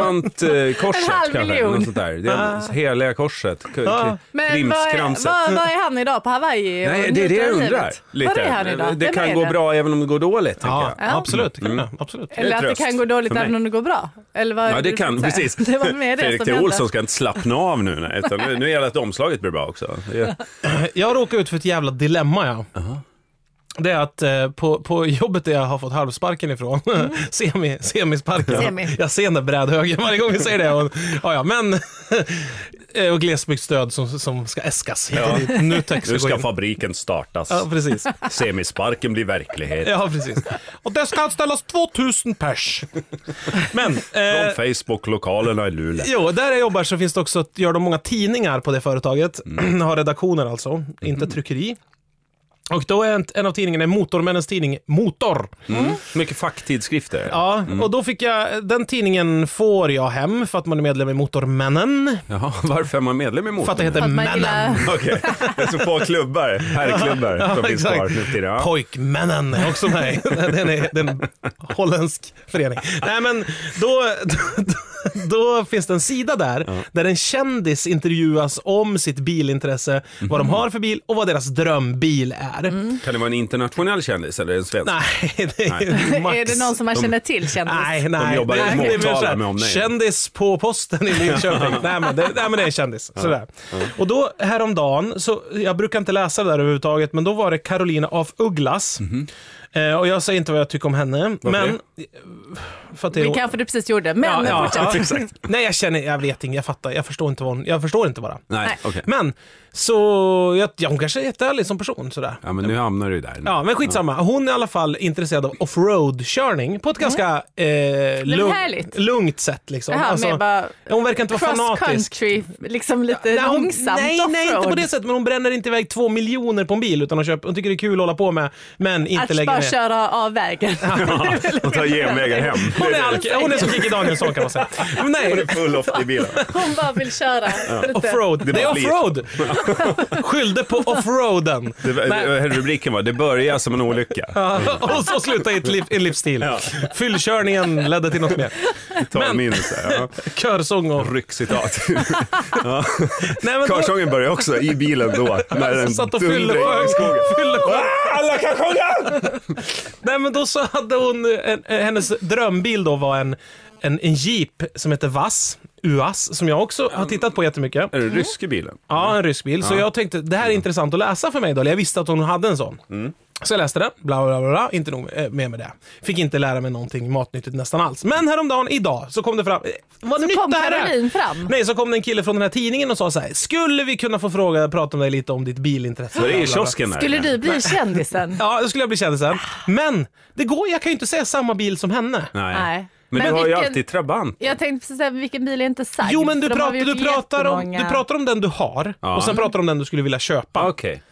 [SPEAKER 4] Diamantkorset
[SPEAKER 2] En halv
[SPEAKER 4] kanske?
[SPEAKER 2] miljon. Ah.
[SPEAKER 4] Något sånt där. Det heliga korset. K-
[SPEAKER 3] Ah.
[SPEAKER 2] Men vad är,
[SPEAKER 4] Krimskramset.
[SPEAKER 2] vad, vad är han idag på Hawaii? och
[SPEAKER 4] Nej, det är det
[SPEAKER 2] njuter
[SPEAKER 4] jag
[SPEAKER 2] av
[SPEAKER 4] undrar.
[SPEAKER 2] livet?
[SPEAKER 4] Lite.
[SPEAKER 2] Var är han idag?
[SPEAKER 4] Det
[SPEAKER 2] Vem
[SPEAKER 4] kan
[SPEAKER 2] är
[SPEAKER 4] gå
[SPEAKER 2] det?
[SPEAKER 4] bra även om det går dåligt, tycker
[SPEAKER 3] Ja,
[SPEAKER 4] jag.
[SPEAKER 3] absolut. det kan
[SPEAKER 4] Mm.
[SPEAKER 3] det, absolut.
[SPEAKER 2] Eller att det
[SPEAKER 4] tröst
[SPEAKER 2] kan gå dåligt
[SPEAKER 4] för mig.
[SPEAKER 2] även om det går bra? Eller vad är
[SPEAKER 4] Ja, det
[SPEAKER 2] du
[SPEAKER 4] kan,
[SPEAKER 2] försöker säga?
[SPEAKER 4] precis.
[SPEAKER 2] Det var med det
[SPEAKER 4] Fredrik
[SPEAKER 2] som
[SPEAKER 4] T.
[SPEAKER 2] hände.
[SPEAKER 4] Olsson ska inte slappna av nu, nej, utan nu, nu gäller det att omslaget blir bra också. Ja.
[SPEAKER 3] Jag råkar ut för ett jävla dilemma, ja. Det är att eh, på, på jobbet där jag har fått halvsparken ifrån,
[SPEAKER 4] Mm.
[SPEAKER 3] semi, semisparken.
[SPEAKER 2] Semi.
[SPEAKER 3] Jag ser den där brädhögen varje gång vi säger det. Och, ja, ja, men, eh, och glesbygdsstöd som, som ska äskas hit och dit. Nutek
[SPEAKER 4] Nu
[SPEAKER 3] gå
[SPEAKER 4] ska
[SPEAKER 3] in.
[SPEAKER 4] fabriken startas.
[SPEAKER 3] Ja, precis.
[SPEAKER 4] Semisparken blir verklighet.
[SPEAKER 3] Ja, precis. Och det ska anställas 2000 pers. Men, eh,
[SPEAKER 4] Från Facebook-lokalerna i Luleå.
[SPEAKER 3] Jo, där jag jobbar så finns det också, gör de många tidningar på det företaget.
[SPEAKER 4] Mm.
[SPEAKER 3] Har redaktioner alltså, inte tryckeri. Och då är en, en av tidningarna är Motormännens tidning Motor.
[SPEAKER 4] Mm. Mycket facktidskrifter.
[SPEAKER 3] Ja, och då fick jag, den tidningen får jag hem för att man är medlem i Motormännen.
[SPEAKER 4] Jaha, varför är man medlem i
[SPEAKER 3] För att det
[SPEAKER 4] Motorn?
[SPEAKER 3] heter
[SPEAKER 2] Att man
[SPEAKER 3] Männen.
[SPEAKER 2] gillar...
[SPEAKER 4] Okej, det är så få klubbar, herrklubbar, som finns
[SPEAKER 3] exakt.
[SPEAKER 4] kvar nu till det. Ja.
[SPEAKER 3] Pojkmännen är också med. den är det är en holländsk förening. Nej men då, då, då finns det en sida där, där en kändis intervjuas om sitt bilintresse, vad de har för bil och vad deras drömbil är.
[SPEAKER 2] Mm.
[SPEAKER 4] Kan det vara en internationell kändis eller en svensk?
[SPEAKER 3] Nej, det är ju max.
[SPEAKER 2] Är det någon som man känner till kändis?
[SPEAKER 3] Nej, nej.
[SPEAKER 4] jobbar i
[SPEAKER 3] nej, det är väl
[SPEAKER 4] Motala
[SPEAKER 3] så här,
[SPEAKER 4] med omnejd.
[SPEAKER 3] Kändis på posten i Linköping. nej, men det, nej, men det är en kändis. Sådär. Och då häromdagen, så, jag brukar inte läsa det där överhuvudtaget, men då var det Carolina af Ugglas.
[SPEAKER 4] Mhm.
[SPEAKER 3] Eh, och jag säger inte vad jag tycker om henne. men, eh, för att det
[SPEAKER 2] Det
[SPEAKER 3] är,
[SPEAKER 2] kanske du precis gjorde, men
[SPEAKER 3] Ja, ja,
[SPEAKER 2] fortsätt.
[SPEAKER 3] ja.
[SPEAKER 4] Exakt.
[SPEAKER 3] Nej, jag känner, jag vet inte, jag fattar, jag förstår inte vad hon, jag förstår inte bara.
[SPEAKER 4] Nej,
[SPEAKER 2] Nej.
[SPEAKER 4] okej.
[SPEAKER 3] Men, så, jag, ja, hon kanske är jättehärlig som person sådär.
[SPEAKER 4] Ja, men nu hamnar du där.
[SPEAKER 3] Ja, men skitsamma. Hon är i alla fall intresserad av offroad-körning på ett ganska eh, lugn,
[SPEAKER 2] Mm. härligt.
[SPEAKER 3] lugnt sätt. Liksom.
[SPEAKER 2] Jaha,
[SPEAKER 3] Alltså,
[SPEAKER 2] med bara
[SPEAKER 3] hon verkar inte vara
[SPEAKER 2] cross
[SPEAKER 3] fanatisk.
[SPEAKER 2] country, liksom lite
[SPEAKER 3] Nej, hon,
[SPEAKER 2] långsamt
[SPEAKER 3] nej, nej, inte på
[SPEAKER 2] offroad.
[SPEAKER 3] det sättet. Men hon bränner inte iväg två miljoner på en bil utan hon, köper, hon tycker det är kul att hålla på med, men inte
[SPEAKER 2] Att
[SPEAKER 3] lägger
[SPEAKER 2] bara
[SPEAKER 3] ner.
[SPEAKER 2] köra av vägen.
[SPEAKER 4] Och ta genvägar hem.
[SPEAKER 3] Hon är, alk- hon är som Kikki Danielsson kan man säga. Men
[SPEAKER 4] Hon
[SPEAKER 3] nej,
[SPEAKER 4] är full off i bilen.
[SPEAKER 2] Hon bara vill köra lite.
[SPEAKER 3] offroad.
[SPEAKER 4] Det
[SPEAKER 3] Det är
[SPEAKER 4] bara blir.
[SPEAKER 3] offroad! Skyllde på offroaden.
[SPEAKER 4] Det,
[SPEAKER 3] Nej.
[SPEAKER 4] det- rubriken var Det börjar som en olycka.
[SPEAKER 3] Ja, och så slutade i ett liv, en livsstil. Fyllkörningen ledde till något mer.
[SPEAKER 4] Ta en minus. här, Ja.
[SPEAKER 3] Körsång och...
[SPEAKER 4] Ryckcitat.
[SPEAKER 3] Nej, men då-
[SPEAKER 4] Körsången börjar också i bilen då. När den
[SPEAKER 3] Som satt och fyllde på
[SPEAKER 4] dundrar i skogen.
[SPEAKER 3] Fyllde på.
[SPEAKER 4] Alla kan sjunga!
[SPEAKER 3] Nej men då så hade hon, en, en- hennes drömbil då var en, en, en jeep som heter Vass. UAS, som jag också har tittat på jättemycket.
[SPEAKER 4] Är det ryske bilen?
[SPEAKER 3] Ja, en rysk bil. Så jag tänkte, det
[SPEAKER 4] Mm.
[SPEAKER 3] här är intressant att läsa för mig då. Eller jag visste att hon hade en sån. Så jag läste den, bla bla bla, bla. inte nog eh, med med det. Fick inte lära mig någonting matnyttigt nästan alls. Men häromdagen, idag, så kom det fram... eh, Vad nytt
[SPEAKER 2] Kom
[SPEAKER 3] det här är!
[SPEAKER 2] Caroline fram?
[SPEAKER 3] Nej, så kom det en kille från den här tidningen och sa så här. Skulle vi kunna få fråga, prata om dig lite om ditt bilintresse?
[SPEAKER 4] Det är
[SPEAKER 3] Bla,
[SPEAKER 4] i
[SPEAKER 3] bla, bla.
[SPEAKER 4] kiosken där.
[SPEAKER 2] Skulle du bli kändisen?
[SPEAKER 3] Ja, då skulle jag bli kändisen. Men det går, jag kan ju inte säga samma bil som henne.
[SPEAKER 4] Nej.
[SPEAKER 2] Nej.
[SPEAKER 4] Men,
[SPEAKER 2] Men
[SPEAKER 4] du har ju
[SPEAKER 2] vilken-
[SPEAKER 4] alltid Trabant.
[SPEAKER 2] Jag tänkte precis säga, vilken bil är inte sagd?
[SPEAKER 3] Jo, men du,
[SPEAKER 2] För de har
[SPEAKER 3] pratar,
[SPEAKER 2] ju
[SPEAKER 3] du,
[SPEAKER 2] gjort
[SPEAKER 3] pratar om, du
[SPEAKER 2] jättemånga.
[SPEAKER 3] pratar om den du har
[SPEAKER 4] Ja.
[SPEAKER 3] och sen pratar du om den du skulle vilja köpa.
[SPEAKER 4] Okej.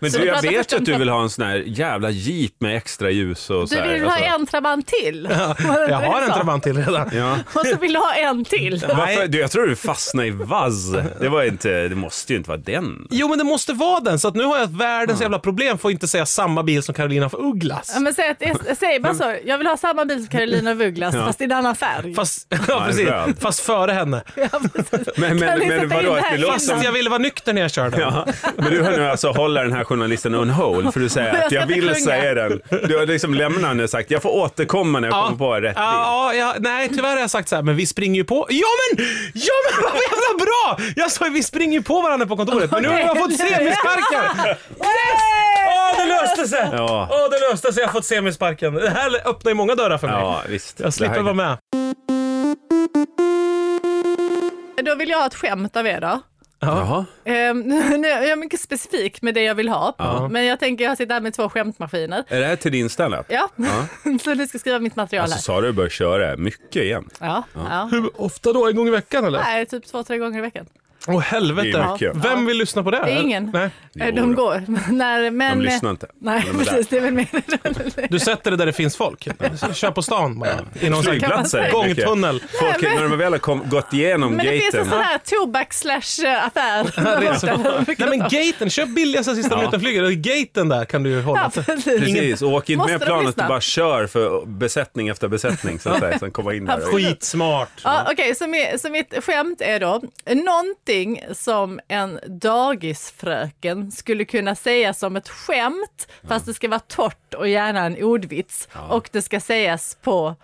[SPEAKER 4] Men
[SPEAKER 2] Så
[SPEAKER 4] du,
[SPEAKER 2] vi
[SPEAKER 4] jag
[SPEAKER 2] pratar
[SPEAKER 4] vet
[SPEAKER 2] först
[SPEAKER 4] ju
[SPEAKER 2] om
[SPEAKER 4] att du
[SPEAKER 2] tra-
[SPEAKER 4] vill ha en sån här jävla jeep med extra ljus och så
[SPEAKER 2] Du
[SPEAKER 4] här.
[SPEAKER 2] vill ha
[SPEAKER 4] alltså.
[SPEAKER 2] en Trabant till. Var det inte
[SPEAKER 3] Jag
[SPEAKER 2] det
[SPEAKER 3] har
[SPEAKER 2] du
[SPEAKER 3] en
[SPEAKER 2] sa?
[SPEAKER 3] Trabant till redan.
[SPEAKER 4] Ja.
[SPEAKER 2] Och så vill du ha en till.
[SPEAKER 4] Varför? Du, jag tror du fastnade i Vaz. Det, var inte, det måste ju inte vara den.
[SPEAKER 3] Jo, men det måste vara den. Så att nu har jag världens jävla problem för att inte säga samma bil som Carolina för Ugglas.
[SPEAKER 2] Ja, men säg, att, säg bara så, jag vill ha samma bil som Carolina af Ugglas fast i en annan färg.
[SPEAKER 3] Fast, ja, precis.
[SPEAKER 4] röd.
[SPEAKER 3] Fast före henne.
[SPEAKER 4] Men,
[SPEAKER 2] Kan
[SPEAKER 4] men,
[SPEAKER 2] ni
[SPEAKER 4] men
[SPEAKER 2] sätta
[SPEAKER 4] vadå,
[SPEAKER 2] in det
[SPEAKER 4] att
[SPEAKER 2] här
[SPEAKER 4] det låter
[SPEAKER 3] Fast
[SPEAKER 4] som...
[SPEAKER 3] jag ville vara nykter när jag körde.
[SPEAKER 4] Ja, men du har nu alltså håller den här journalisten on hold för du säger att
[SPEAKER 2] ska
[SPEAKER 4] jag
[SPEAKER 2] inte
[SPEAKER 4] ville
[SPEAKER 2] sjunga.
[SPEAKER 4] säga den. Du har liksom lämnat den och sagt jag får återkomma när jag kommer på rätt bil.
[SPEAKER 3] Ja, ja, ja, nej, tyvärr har jag sagt så här, men vi springer ju på... Ja men! Ja men vad jävla bra! Jag sa ju vi springer ju på varandra på kontoret, men nu har jag fått semisparken! Åh, det löste sig!
[SPEAKER 4] Ja.
[SPEAKER 3] Åh, det löste sig, jag har fått semisparken. Det här öppnar ju många dörrar för mig.
[SPEAKER 4] Ja, visst.
[SPEAKER 3] Jag slipper
[SPEAKER 4] Det här-
[SPEAKER 3] vara med.
[SPEAKER 2] Då vill jag ha ett skämt av er då.
[SPEAKER 4] Jaha.
[SPEAKER 2] Ehm, nu är jag mycket specifik med det jag vill ha. Men jag tänker, jag sitter här med två skämtmaskiner.
[SPEAKER 4] Är det här till din standup?
[SPEAKER 2] Ja, så du ska skriva mitt material
[SPEAKER 4] Alltså
[SPEAKER 2] här.
[SPEAKER 4] sa du börjar köra mycket igen.
[SPEAKER 2] Ja, ja.
[SPEAKER 3] Hur ofta då? En gång i veckan eller?
[SPEAKER 2] Nej, typ två, tre gånger i veckan.
[SPEAKER 3] Åh
[SPEAKER 4] Det
[SPEAKER 3] helvete.
[SPEAKER 4] är mycket.
[SPEAKER 3] Vem vill lyssna på det?
[SPEAKER 2] Det är ingen.
[SPEAKER 3] Nej.
[SPEAKER 2] Eh, De
[SPEAKER 4] Jo då.
[SPEAKER 2] går. Nej, men,
[SPEAKER 4] De lyssnar inte.
[SPEAKER 2] Nej,
[SPEAKER 4] De är där.
[SPEAKER 2] precis. Det är väl mer
[SPEAKER 3] Du sätter det där det finns folk. Kör på stan bara. I någon sån här
[SPEAKER 2] säga.
[SPEAKER 4] Flygplatser. mycket.
[SPEAKER 3] gångtunnel.
[SPEAKER 4] Folk, när de väl har kom, gått igenom
[SPEAKER 2] Men det finns en
[SPEAKER 4] gaten.
[SPEAKER 2] sån här tobaks slash eh, affär. där borta.
[SPEAKER 3] Nej men gaten, köp billigaste sista minuten flyger. Gaten där kan du ju hålla.
[SPEAKER 2] Ja,
[SPEAKER 3] till.
[SPEAKER 2] precis.
[SPEAKER 4] Precis, och åk inte
[SPEAKER 2] Måste
[SPEAKER 4] med
[SPEAKER 2] de
[SPEAKER 4] planet,
[SPEAKER 2] lyssna?
[SPEAKER 4] du bara kör för besättning efter besättning så att säga, sen komma in där. och-
[SPEAKER 3] Skitsmart.
[SPEAKER 2] Ja, Okej, så, mi- så mitt skämt är då någonting som en dagisfröken skulle kunna säga som ett skämt fast det ska vara torrt och gärna en ordvits och det ska sägas på,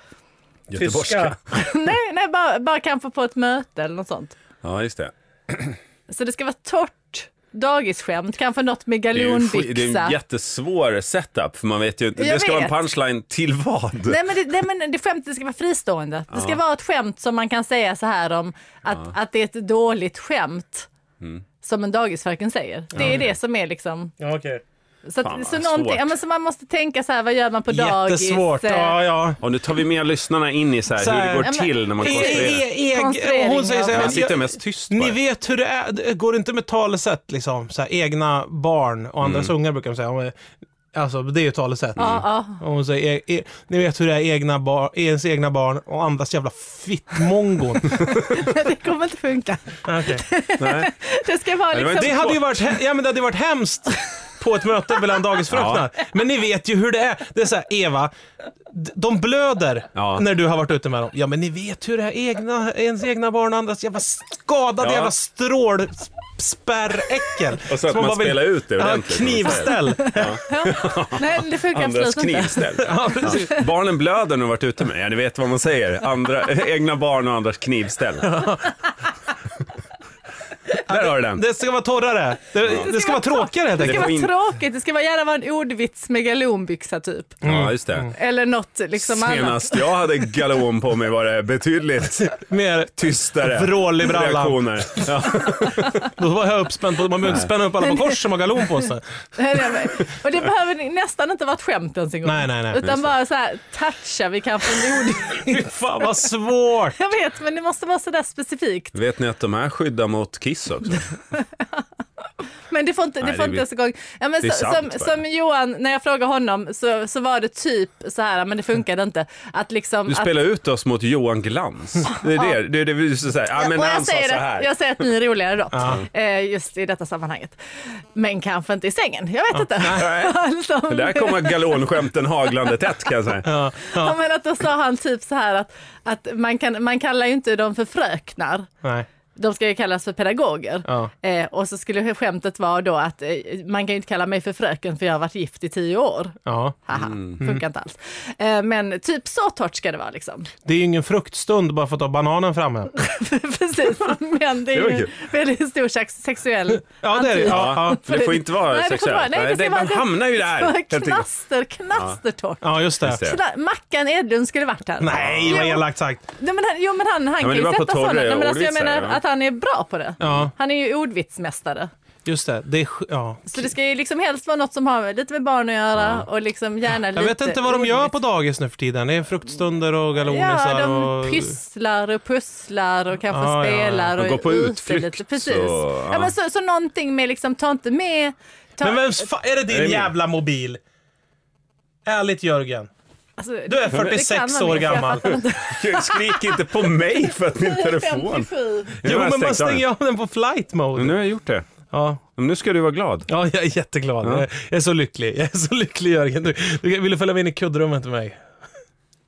[SPEAKER 4] Göteborgska.
[SPEAKER 2] nej, nej bara, bara kanske på ett möte eller något sånt.
[SPEAKER 4] Ja, just det.
[SPEAKER 2] Så det ska vara torrt dagisskämt, kanske något med
[SPEAKER 4] Det är, ju en, sk- det är
[SPEAKER 2] galonbyxa.
[SPEAKER 4] en jättesvår setup för man vet ju inte.
[SPEAKER 2] Jag
[SPEAKER 4] Det ska vara en
[SPEAKER 2] vet.
[SPEAKER 4] punchline till vad?
[SPEAKER 2] Nej men, det, nej men det skämtet ska vara fristående. Det ska vara ett skämt som man kan säga så här om att, att det är ett dåligt skämt
[SPEAKER 4] Mm.
[SPEAKER 2] som en dagisfröken säger. Det är det som är liksom...
[SPEAKER 3] Ja, okay.
[SPEAKER 2] Så,
[SPEAKER 4] Fan,
[SPEAKER 2] att,
[SPEAKER 4] vad
[SPEAKER 2] så, någonting,
[SPEAKER 4] svårt.
[SPEAKER 2] ja, men så man måste tänka så här, vad gör man på dagis?
[SPEAKER 3] Jättesvårt.
[SPEAKER 2] Eh,
[SPEAKER 3] Ja, ja.
[SPEAKER 4] Och nu tar vi med lyssnarna in i så här,
[SPEAKER 3] Så
[SPEAKER 4] hur
[SPEAKER 3] här-
[SPEAKER 4] det går
[SPEAKER 2] Ja, men-
[SPEAKER 4] till när man
[SPEAKER 3] E-
[SPEAKER 4] konstruerar.
[SPEAKER 3] e- e-
[SPEAKER 2] Konstruering
[SPEAKER 3] Hon säger så
[SPEAKER 2] av-
[SPEAKER 4] Man
[SPEAKER 3] här,
[SPEAKER 4] sitter
[SPEAKER 3] jag,
[SPEAKER 4] mest tyst
[SPEAKER 3] ni
[SPEAKER 4] bara.
[SPEAKER 3] vet hur det är, det går inte med talesätt liksom. Så här, egna barn och andras ungar brukar de säga. Hon är- Alltså det är ju talesätt.
[SPEAKER 2] Ja, ja.
[SPEAKER 3] Och hon säger, e, e, ni vet hur det är egna bar, ens egna barn och andras jävla fittmongon.
[SPEAKER 2] Det kommer inte funka.
[SPEAKER 3] Okej.
[SPEAKER 4] Nej.
[SPEAKER 2] Det ska vara
[SPEAKER 4] det var
[SPEAKER 2] liksom...
[SPEAKER 3] Det hade ju varit, he- ja, men det hade varit hemskt på ett möte mellan dagisfröknar. Men ni vet ju hur det är. Det är så här, Eva, d- de blöder
[SPEAKER 4] Ja.
[SPEAKER 3] när du har varit ute med dem. Ja, men ni vet hur det är. Egna, ens egna barn och andras jävla skadade
[SPEAKER 4] Ja.
[SPEAKER 3] jävla strålspärräckel.
[SPEAKER 4] Och så att man, spelar ut det
[SPEAKER 3] Ja,
[SPEAKER 4] ordentligt.
[SPEAKER 3] knivställ.
[SPEAKER 2] Nej, det funkar
[SPEAKER 4] Andras
[SPEAKER 2] absolut inte.
[SPEAKER 4] knivställ. Barnen blöder när de varit ute med. Ja, ni vet vad man säger. Andra, egna barn och andras knivställ. Där har du den.
[SPEAKER 3] Det ska vara torrare. Det, det ska vara tråkigare helt
[SPEAKER 2] Det ska
[SPEAKER 3] enkelt.
[SPEAKER 2] vara
[SPEAKER 4] in-
[SPEAKER 2] tråkigt, det ska vara, gärna vara en ordvits med galonbyxa typ.
[SPEAKER 4] Ja, just det.
[SPEAKER 2] Eller något liksom annat.
[SPEAKER 4] Senast jag hade galon på mig var det betydligt
[SPEAKER 3] Mer,
[SPEAKER 4] tystare
[SPEAKER 3] Vrål i brallan.
[SPEAKER 4] reaktioner. Ja.
[SPEAKER 3] då var jag uppspänd. På, man behöver inte spänna upp alla på kors som har galon på sig.
[SPEAKER 2] Nej, nej, men- Och det behöver ni- nästan inte vara ett skämt ens en gång.
[SPEAKER 3] Nej, nej, nej.
[SPEAKER 2] Utan bara så här, toucha, vi kan få en ord.
[SPEAKER 3] Fy Fan vad svårt.
[SPEAKER 2] Jag vet, men det måste vara sådär specifikt.
[SPEAKER 4] Vet ni att de här skyddar mot kiss också?
[SPEAKER 2] Men det får inte,
[SPEAKER 4] Nej,
[SPEAKER 2] det får
[SPEAKER 4] det
[SPEAKER 2] inte
[SPEAKER 4] blir-
[SPEAKER 2] ens en gång. Ja, men
[SPEAKER 4] det är
[SPEAKER 2] så,
[SPEAKER 4] sant,
[SPEAKER 2] som,
[SPEAKER 4] bara.
[SPEAKER 2] som Johan, när jag frågade honom så, så var det typ så här, men det funkade inte. Att liksom,
[SPEAKER 4] Du
[SPEAKER 2] att,
[SPEAKER 4] spelar ut oss mot Johan Glans. Det är det, det, är det vi så säger. Ja, men
[SPEAKER 2] och
[SPEAKER 4] han
[SPEAKER 2] jag
[SPEAKER 4] sa
[SPEAKER 2] säger,
[SPEAKER 4] så
[SPEAKER 2] att,
[SPEAKER 4] här.
[SPEAKER 2] jag säger att ni är roligare då, eh, just i detta sammanhanget. Men kanske inte i sängen, jag vet inte.
[SPEAKER 4] Nej.
[SPEAKER 2] alltså,
[SPEAKER 4] Där kommer galonskämten haglande tätt kan jag säga.
[SPEAKER 2] ja, men att då sa han typ så här att, att man, kan, man kallar ju inte dem för fröknar.
[SPEAKER 3] Nej.
[SPEAKER 2] de ska ju kallas för pedagoger.
[SPEAKER 3] Ja.
[SPEAKER 2] Eh, och så skulle skämtet vara då att eh, man kan ju inte kalla mig för fröken för jag har varit gift i tio år.
[SPEAKER 3] Ja.
[SPEAKER 2] Haha,
[SPEAKER 4] Mm.
[SPEAKER 3] Mm.
[SPEAKER 2] funkar inte alls. Eh, men typ så torrt ska det vara liksom.
[SPEAKER 3] Det är ju ingen fruktstund bara för att ha bananen framme.
[SPEAKER 2] Precis, men det
[SPEAKER 4] Det var
[SPEAKER 2] är ju
[SPEAKER 4] kul.
[SPEAKER 2] väldigt stor sex- sexuell
[SPEAKER 3] Ja, det är det.
[SPEAKER 2] antydan.
[SPEAKER 3] Ja, ja.
[SPEAKER 4] För det får inte vara
[SPEAKER 2] Nej, det får inte
[SPEAKER 4] sexuellt.
[SPEAKER 2] vara- nej, det ska
[SPEAKER 4] det,
[SPEAKER 2] vara-
[SPEAKER 4] man hamnar ju där. helt enkelt.
[SPEAKER 2] Knaster, knastertorrt.
[SPEAKER 3] Ja, just det.
[SPEAKER 4] Just det.
[SPEAKER 2] Kla- Mackan Edlund skulle varit här.
[SPEAKER 3] Nej, vad elakt sagt.
[SPEAKER 2] Nej, men han, jo men han, han
[SPEAKER 4] men
[SPEAKER 2] kan
[SPEAKER 4] det
[SPEAKER 2] ju
[SPEAKER 4] var på
[SPEAKER 2] sätta
[SPEAKER 4] torra
[SPEAKER 2] sådana. Nej, men alltså, jag
[SPEAKER 4] ordvitsar,
[SPEAKER 2] menar
[SPEAKER 4] ja.
[SPEAKER 2] att han är bra på det.
[SPEAKER 3] Ja,
[SPEAKER 2] Han är ju ordvitsmästare.
[SPEAKER 3] just det. det är, sj- ja.
[SPEAKER 2] Så det ska ju liksom helst vara något som har lite med barn att göra och liksom gärna lite
[SPEAKER 3] Jag vet inte vad de gör
[SPEAKER 2] ordvits.
[SPEAKER 3] på dagis nu för tiden. Det är fruktstunder och galonisar
[SPEAKER 2] Ja, de
[SPEAKER 3] och... Ah,
[SPEAKER 2] pysslar och pusslar och kanske
[SPEAKER 3] Ja, ja, ja.
[SPEAKER 2] spelar.
[SPEAKER 4] De
[SPEAKER 2] och
[SPEAKER 4] går på
[SPEAKER 2] är ute
[SPEAKER 4] utflykt,
[SPEAKER 2] Lite. Precis.
[SPEAKER 4] så,
[SPEAKER 2] ja.
[SPEAKER 4] ja.
[SPEAKER 2] men så, så någonting med liksom, ta inte med... Ta,
[SPEAKER 3] Men vems fa- Är det din
[SPEAKER 4] Är det min?
[SPEAKER 3] jävla mobil? Ärligt Jörgen.
[SPEAKER 2] alltså,
[SPEAKER 3] Du är
[SPEAKER 2] det kan
[SPEAKER 3] 46
[SPEAKER 2] man
[SPEAKER 3] år
[SPEAKER 2] inte, jag
[SPEAKER 3] gammal.
[SPEAKER 2] fattar inte.
[SPEAKER 4] Gud, Skrik inte på mig för att min telefon...
[SPEAKER 2] 57.
[SPEAKER 4] Nu
[SPEAKER 3] Jo,
[SPEAKER 4] har
[SPEAKER 3] men man
[SPEAKER 4] jag stängt av den.
[SPEAKER 3] stänger av den på flight
[SPEAKER 4] Men
[SPEAKER 3] mode.
[SPEAKER 4] Nu har jag gjort det.
[SPEAKER 3] Ja.
[SPEAKER 4] Men Nu ska du vara glad.
[SPEAKER 3] ja, jag är jätteglad. Jag är så lycklig. Jag är så lycklig Jörgen. Du, du, vill du följa med in i kuddrummet med mig?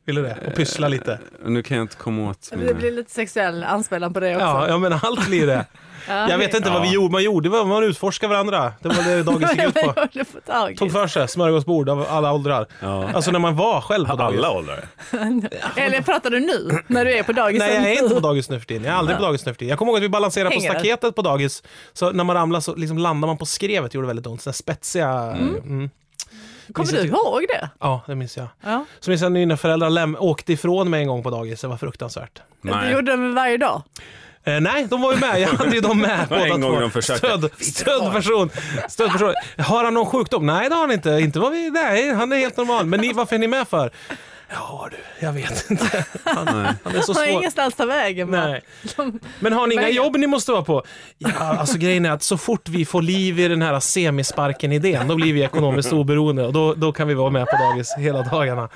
[SPEAKER 3] Vill du det? Och pyssla lite.
[SPEAKER 4] Nu kan jag inte komma åt
[SPEAKER 2] Det blir
[SPEAKER 4] mina...
[SPEAKER 2] lite sexuell anspelan på det också.
[SPEAKER 3] Ja, ja men allt blir det. Jag vet inte vad vi
[SPEAKER 4] Ja.
[SPEAKER 3] gjorde. Man gjorde vad man utforskade varandra. Det var det dagis gick ut på.
[SPEAKER 2] Jag håller på dagis.
[SPEAKER 3] Tog för sig smörgåsbord av alla åldrar.
[SPEAKER 4] Ja.
[SPEAKER 3] Alltså när man var själv på dagis.
[SPEAKER 4] Alla åldrar.
[SPEAKER 2] Eller pratar du nu, när du är på dagis?
[SPEAKER 3] Nej, jag är inte på dagis nu för tiden. Jag är aldrig på dagis nu för tiden. Jag kommer ihåg att vi balanserade på
[SPEAKER 2] Hänger det?
[SPEAKER 3] staketet på dagis. Så när man ramlade så liksom landade man på skrevet. Det gjorde väldigt ont. Sådana spetsiga... Mm.
[SPEAKER 2] Kommer
[SPEAKER 3] Minns
[SPEAKER 2] du
[SPEAKER 3] jag ty-
[SPEAKER 2] ihåg det?
[SPEAKER 3] Ja, det minns jag.
[SPEAKER 2] Ja.
[SPEAKER 3] Så minns jag när mina föräldrar läm- åkte ifrån mig en gång på dagis. Det var fruktansvärt.
[SPEAKER 2] Du
[SPEAKER 4] Nej.
[SPEAKER 2] gjorde det varje dag?
[SPEAKER 3] Eh, nej, de var ju med. Jag hade ju dem med
[SPEAKER 4] var en
[SPEAKER 3] båda
[SPEAKER 4] gång
[SPEAKER 3] två.
[SPEAKER 4] de försökte.
[SPEAKER 3] Stöd, stödperson. stödperson. Har han någon sjukdom? Nej, det har han inte. inte vad vi, nej, han är helt normal. Men ni, varför är ni med för? Ja du, jag vet inte. Han, han är så
[SPEAKER 2] Har
[SPEAKER 3] svår.
[SPEAKER 2] ingenstans ta vägen va?
[SPEAKER 3] Nej. Men har ni inga
[SPEAKER 2] Men-
[SPEAKER 3] jobb ni måste vara på? Ja, alltså grejen är att så fort vi får liv i den här semisparken-idén, då blir vi ekonomiskt oberoende och då, då kan vi vara med på dagis hela dagarna.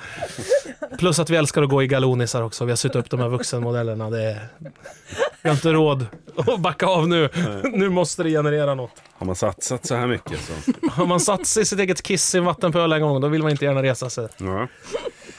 [SPEAKER 3] Plus att vi älskar att gå i galonisar också. Vi har suttit upp de här vuxenmodellerna. Det är... Vi har inte råd att backa av nu. Nu måste det generera något.
[SPEAKER 4] Har man satsat så här mycket så...
[SPEAKER 3] Har man satt sig i sitt eget kiss i en vattenpöl en gång, då vill man inte gärna resa sig.
[SPEAKER 4] Ja.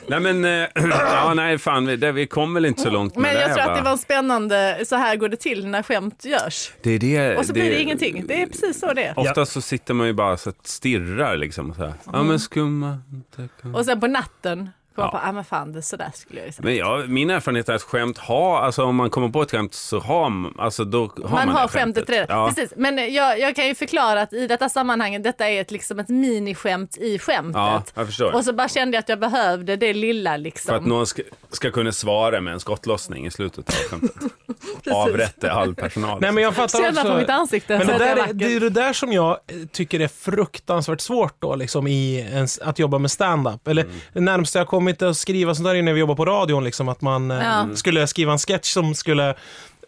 [SPEAKER 4] Nej men, eh, ja nej fan, vi, det, vi kom väl inte så långt med
[SPEAKER 2] Men jag
[SPEAKER 4] det,
[SPEAKER 2] tror
[SPEAKER 4] va?
[SPEAKER 2] att det var en spännande, så här går det till när skämt görs.
[SPEAKER 4] Det är det,
[SPEAKER 2] Och så blir det ingenting. Det är precis så det är.
[SPEAKER 4] Ofta så sitter man ju bara så att stirrar liksom. Så här. Ja men skumma. inte kom-
[SPEAKER 2] Och sen på natten kom
[SPEAKER 4] Ja.
[SPEAKER 2] jag på, ah men fan det sådär skulle jag ju säga.
[SPEAKER 4] Men ja, min erfarenhet är att skämt har, alltså om man kommer på ett skämt så har man, alltså då har man,
[SPEAKER 2] Man har
[SPEAKER 4] det
[SPEAKER 2] skämtet redan.
[SPEAKER 4] Ja.
[SPEAKER 2] Precis. Men eh, jag, jag kan ju förklara att i detta sammanhanget, detta är ett, liksom ett miniskämt i skämtet.
[SPEAKER 4] Ja, jag förstår.
[SPEAKER 2] Och så bara kände jag att jag behövde det lilla liksom.
[SPEAKER 4] För att någon ska, ska kunna svara med en skottlossning i slutet av skämtet. Avrätta all personal.
[SPEAKER 3] Nej, men jag fattar
[SPEAKER 2] Känna på
[SPEAKER 3] också...
[SPEAKER 2] mitt ansikte. så
[SPEAKER 3] Men det,
[SPEAKER 2] att jag
[SPEAKER 3] där är,
[SPEAKER 2] vacker.
[SPEAKER 3] det är det där som jag eh, tycker är fruktansvärt svårt då, liksom, i ens, att jobba med stand-up. Eller det närmsta jag kommit att skriva sånt där är när vi jobbade på radion, liksom, att man eh,
[SPEAKER 2] Ja.
[SPEAKER 3] skulle skriva en sketch som skulle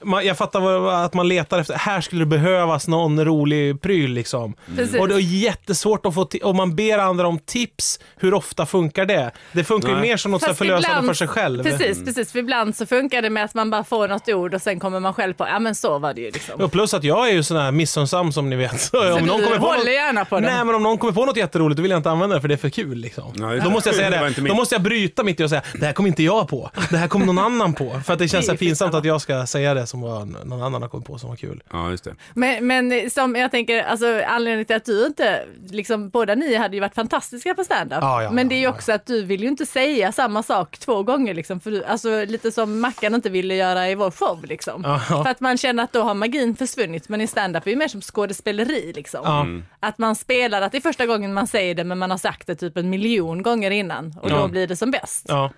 [SPEAKER 3] man, jag fattar vad- vad- att man letar efter, här skulle det behövas någon rolig pryl liksom.
[SPEAKER 2] Mm. Precis.
[SPEAKER 3] Och det är jättesvårt att få, ti- om man ber andra om tips, hur ofta funkar det? Det funkar ju
[SPEAKER 4] Nej.
[SPEAKER 3] mer som något så här
[SPEAKER 2] Fast
[SPEAKER 3] förlösande
[SPEAKER 2] ibland-
[SPEAKER 3] för sig själv.
[SPEAKER 2] Precis, precis. För ibland så funkar det med att man bara får något ord och sen kommer man själv på, ja men så var det ju liksom.
[SPEAKER 3] Och plus att jag är ju sån här missunnsam som ni vet. Så om
[SPEAKER 2] du
[SPEAKER 3] någon kommer på
[SPEAKER 2] håller
[SPEAKER 3] något,
[SPEAKER 2] gärna på den.
[SPEAKER 3] Nej, men om någon kommer på något jätteroligt då vill jag inte använda det för det är för kul. Liksom.
[SPEAKER 4] Nej,
[SPEAKER 3] då måste jag säga
[SPEAKER 4] det var
[SPEAKER 3] det.
[SPEAKER 4] inte mitt.
[SPEAKER 3] Då måste jag bryta mitt i och säga det här kom inte jag på. Det här kom någon annan på. För att det känns
[SPEAKER 2] Det är
[SPEAKER 3] så pinsamt att jag ska säga det som var, någon annan har kommit på som var kul.
[SPEAKER 4] Ja, just det.
[SPEAKER 2] Men, men som jag tänker, alltså anledningen till att du inte, liksom båda ni hade ju varit fantastiska på standup.
[SPEAKER 3] Ja, ja,
[SPEAKER 2] men det är ju
[SPEAKER 3] ja,
[SPEAKER 2] också att du vill ju inte säga samma sak två gånger liksom. För du, alltså lite som Mackan inte ville göra i vår show liksom.
[SPEAKER 3] Ja.
[SPEAKER 2] För att man känner att då har magin försvunnit. Men i standup är ju mer som skådespeleri liksom.
[SPEAKER 3] Ja.
[SPEAKER 2] Att man spelar, att det är första gången man säger det men man har sagt det typ en miljon gånger innan. Och
[SPEAKER 3] Ja.
[SPEAKER 2] då blir det som bäst.
[SPEAKER 3] Ja.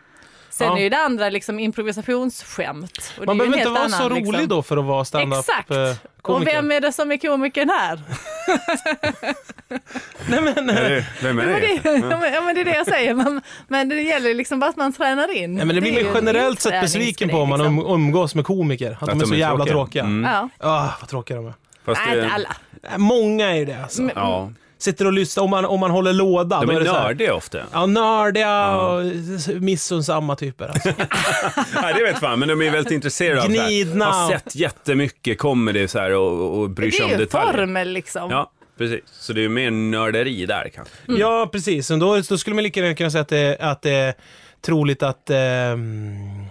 [SPEAKER 2] Sen
[SPEAKER 3] Ja.
[SPEAKER 2] är ju det andra liksom improvisationsskämt. Och det är
[SPEAKER 3] Man
[SPEAKER 2] ju en
[SPEAKER 3] behöver inte
[SPEAKER 2] helt
[SPEAKER 3] vara
[SPEAKER 2] annan,
[SPEAKER 3] så rolig
[SPEAKER 2] liksom.
[SPEAKER 3] då för att vara
[SPEAKER 2] Exakt!
[SPEAKER 3] eh,
[SPEAKER 2] Och vem
[SPEAKER 3] standup-komiker.
[SPEAKER 2] är det som är komikern här?
[SPEAKER 3] Nej, men, eh,
[SPEAKER 4] Vem är
[SPEAKER 2] Men
[SPEAKER 4] det?
[SPEAKER 2] det, ja. men- ja, men det är det jag säger, men, men det gäller liksom bara att man tränar in.
[SPEAKER 3] nej, men det blir
[SPEAKER 2] är ju liksom.
[SPEAKER 3] man
[SPEAKER 2] en
[SPEAKER 3] generellt sett besviken på om man
[SPEAKER 2] träningsgrej,
[SPEAKER 3] um- umgås med komiker. Att, de är så jävla tråkiga.
[SPEAKER 4] Mm.
[SPEAKER 2] Ja.
[SPEAKER 3] Ah, vad tråkiga de är.
[SPEAKER 4] Fast
[SPEAKER 2] Nej,
[SPEAKER 4] det-
[SPEAKER 2] inte alla.
[SPEAKER 3] Äh, Många är ju det alltså.
[SPEAKER 4] Ja,
[SPEAKER 3] Sitter och lyssnar, om man, om man håller låda.
[SPEAKER 4] de
[SPEAKER 3] då
[SPEAKER 4] är
[SPEAKER 3] är det så här,
[SPEAKER 4] nördiga ofta.
[SPEAKER 3] Ja, nördiga och missunnsamma typer. Alltså.
[SPEAKER 4] Nej, det vet fan, men de är väldigt intresserade av det här.
[SPEAKER 3] Gnidna.
[SPEAKER 4] Har sett jättemycket comedy så här och, och bryr
[SPEAKER 2] Det
[SPEAKER 4] sig om
[SPEAKER 2] är ju
[SPEAKER 4] detaljer.
[SPEAKER 2] formel liksom.
[SPEAKER 4] Ja, precis. Så det är ju mer nörderi där kanske.
[SPEAKER 2] Mm.
[SPEAKER 3] Ja, precis. Och Då, då skulle man lika gärna kunna säga att det, att det är troligt att eh,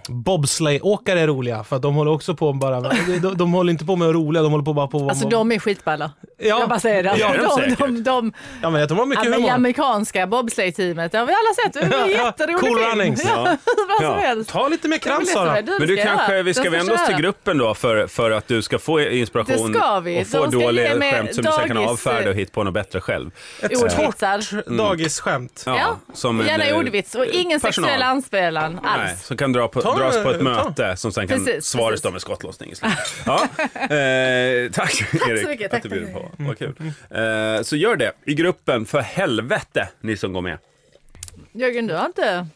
[SPEAKER 3] bobsleigh-åkare är roliga, för att de håller också på bara... De, de, de håller inte på med att roliga, de håller på bara på... att-
[SPEAKER 2] Alltså de är skitballa.
[SPEAKER 3] Ja.
[SPEAKER 2] Jag bara säger det. Alltså,
[SPEAKER 4] Ja, det är de
[SPEAKER 2] de,
[SPEAKER 4] säkert.
[SPEAKER 2] de, de,
[SPEAKER 3] Ja, men jag tror de har mycket
[SPEAKER 2] ja, men det
[SPEAKER 3] humor.
[SPEAKER 2] amerikanska bobsleigh-teamet, det har vi alla sett. Det är en
[SPEAKER 3] Ja, ja.
[SPEAKER 2] jätterolig
[SPEAKER 3] Cool
[SPEAKER 2] film.
[SPEAKER 3] runnings.
[SPEAKER 4] Ja.
[SPEAKER 2] Ja, vad som
[SPEAKER 4] Ja.
[SPEAKER 2] helst.
[SPEAKER 3] Ta lite mer
[SPEAKER 2] Jag vill
[SPEAKER 3] krans,
[SPEAKER 2] läsa
[SPEAKER 3] Sara.
[SPEAKER 2] det. Du
[SPEAKER 4] Men du
[SPEAKER 2] ska
[SPEAKER 4] kanske,
[SPEAKER 2] göra.
[SPEAKER 4] vi ska
[SPEAKER 2] Den
[SPEAKER 4] vända oss till
[SPEAKER 2] köra.
[SPEAKER 4] gruppen då för, för att du ska få inspiration
[SPEAKER 2] Det ska vi.
[SPEAKER 4] och få
[SPEAKER 2] De ska ge
[SPEAKER 4] dåliga
[SPEAKER 2] mig
[SPEAKER 4] skämt som du sen kan
[SPEAKER 2] dagis-
[SPEAKER 4] avfärda och hitta på något bättre själv.
[SPEAKER 3] Ett
[SPEAKER 2] Ordvitsar.
[SPEAKER 3] torrt dagisskämt.
[SPEAKER 4] Ja, som en,
[SPEAKER 2] Gärna
[SPEAKER 4] eh,
[SPEAKER 2] ordvits och ingen
[SPEAKER 4] personal.
[SPEAKER 2] sexuell anspelan
[SPEAKER 4] Nej,
[SPEAKER 2] alls.
[SPEAKER 4] som kan dra på,
[SPEAKER 3] Ta-
[SPEAKER 4] dras på ett
[SPEAKER 3] ta.
[SPEAKER 4] möte som sen kan
[SPEAKER 2] Precis,
[SPEAKER 4] svaras
[SPEAKER 2] precis.
[SPEAKER 4] då med skottlossning i slutet. ja. eh, tack, Erik
[SPEAKER 2] mycket,
[SPEAKER 4] att
[SPEAKER 2] tack,
[SPEAKER 4] du bjuder
[SPEAKER 2] tack.
[SPEAKER 4] på. Vad kul. Eh, så gör det i gruppen, för helvete ni som går med.
[SPEAKER 2] Jörgen, du har inte...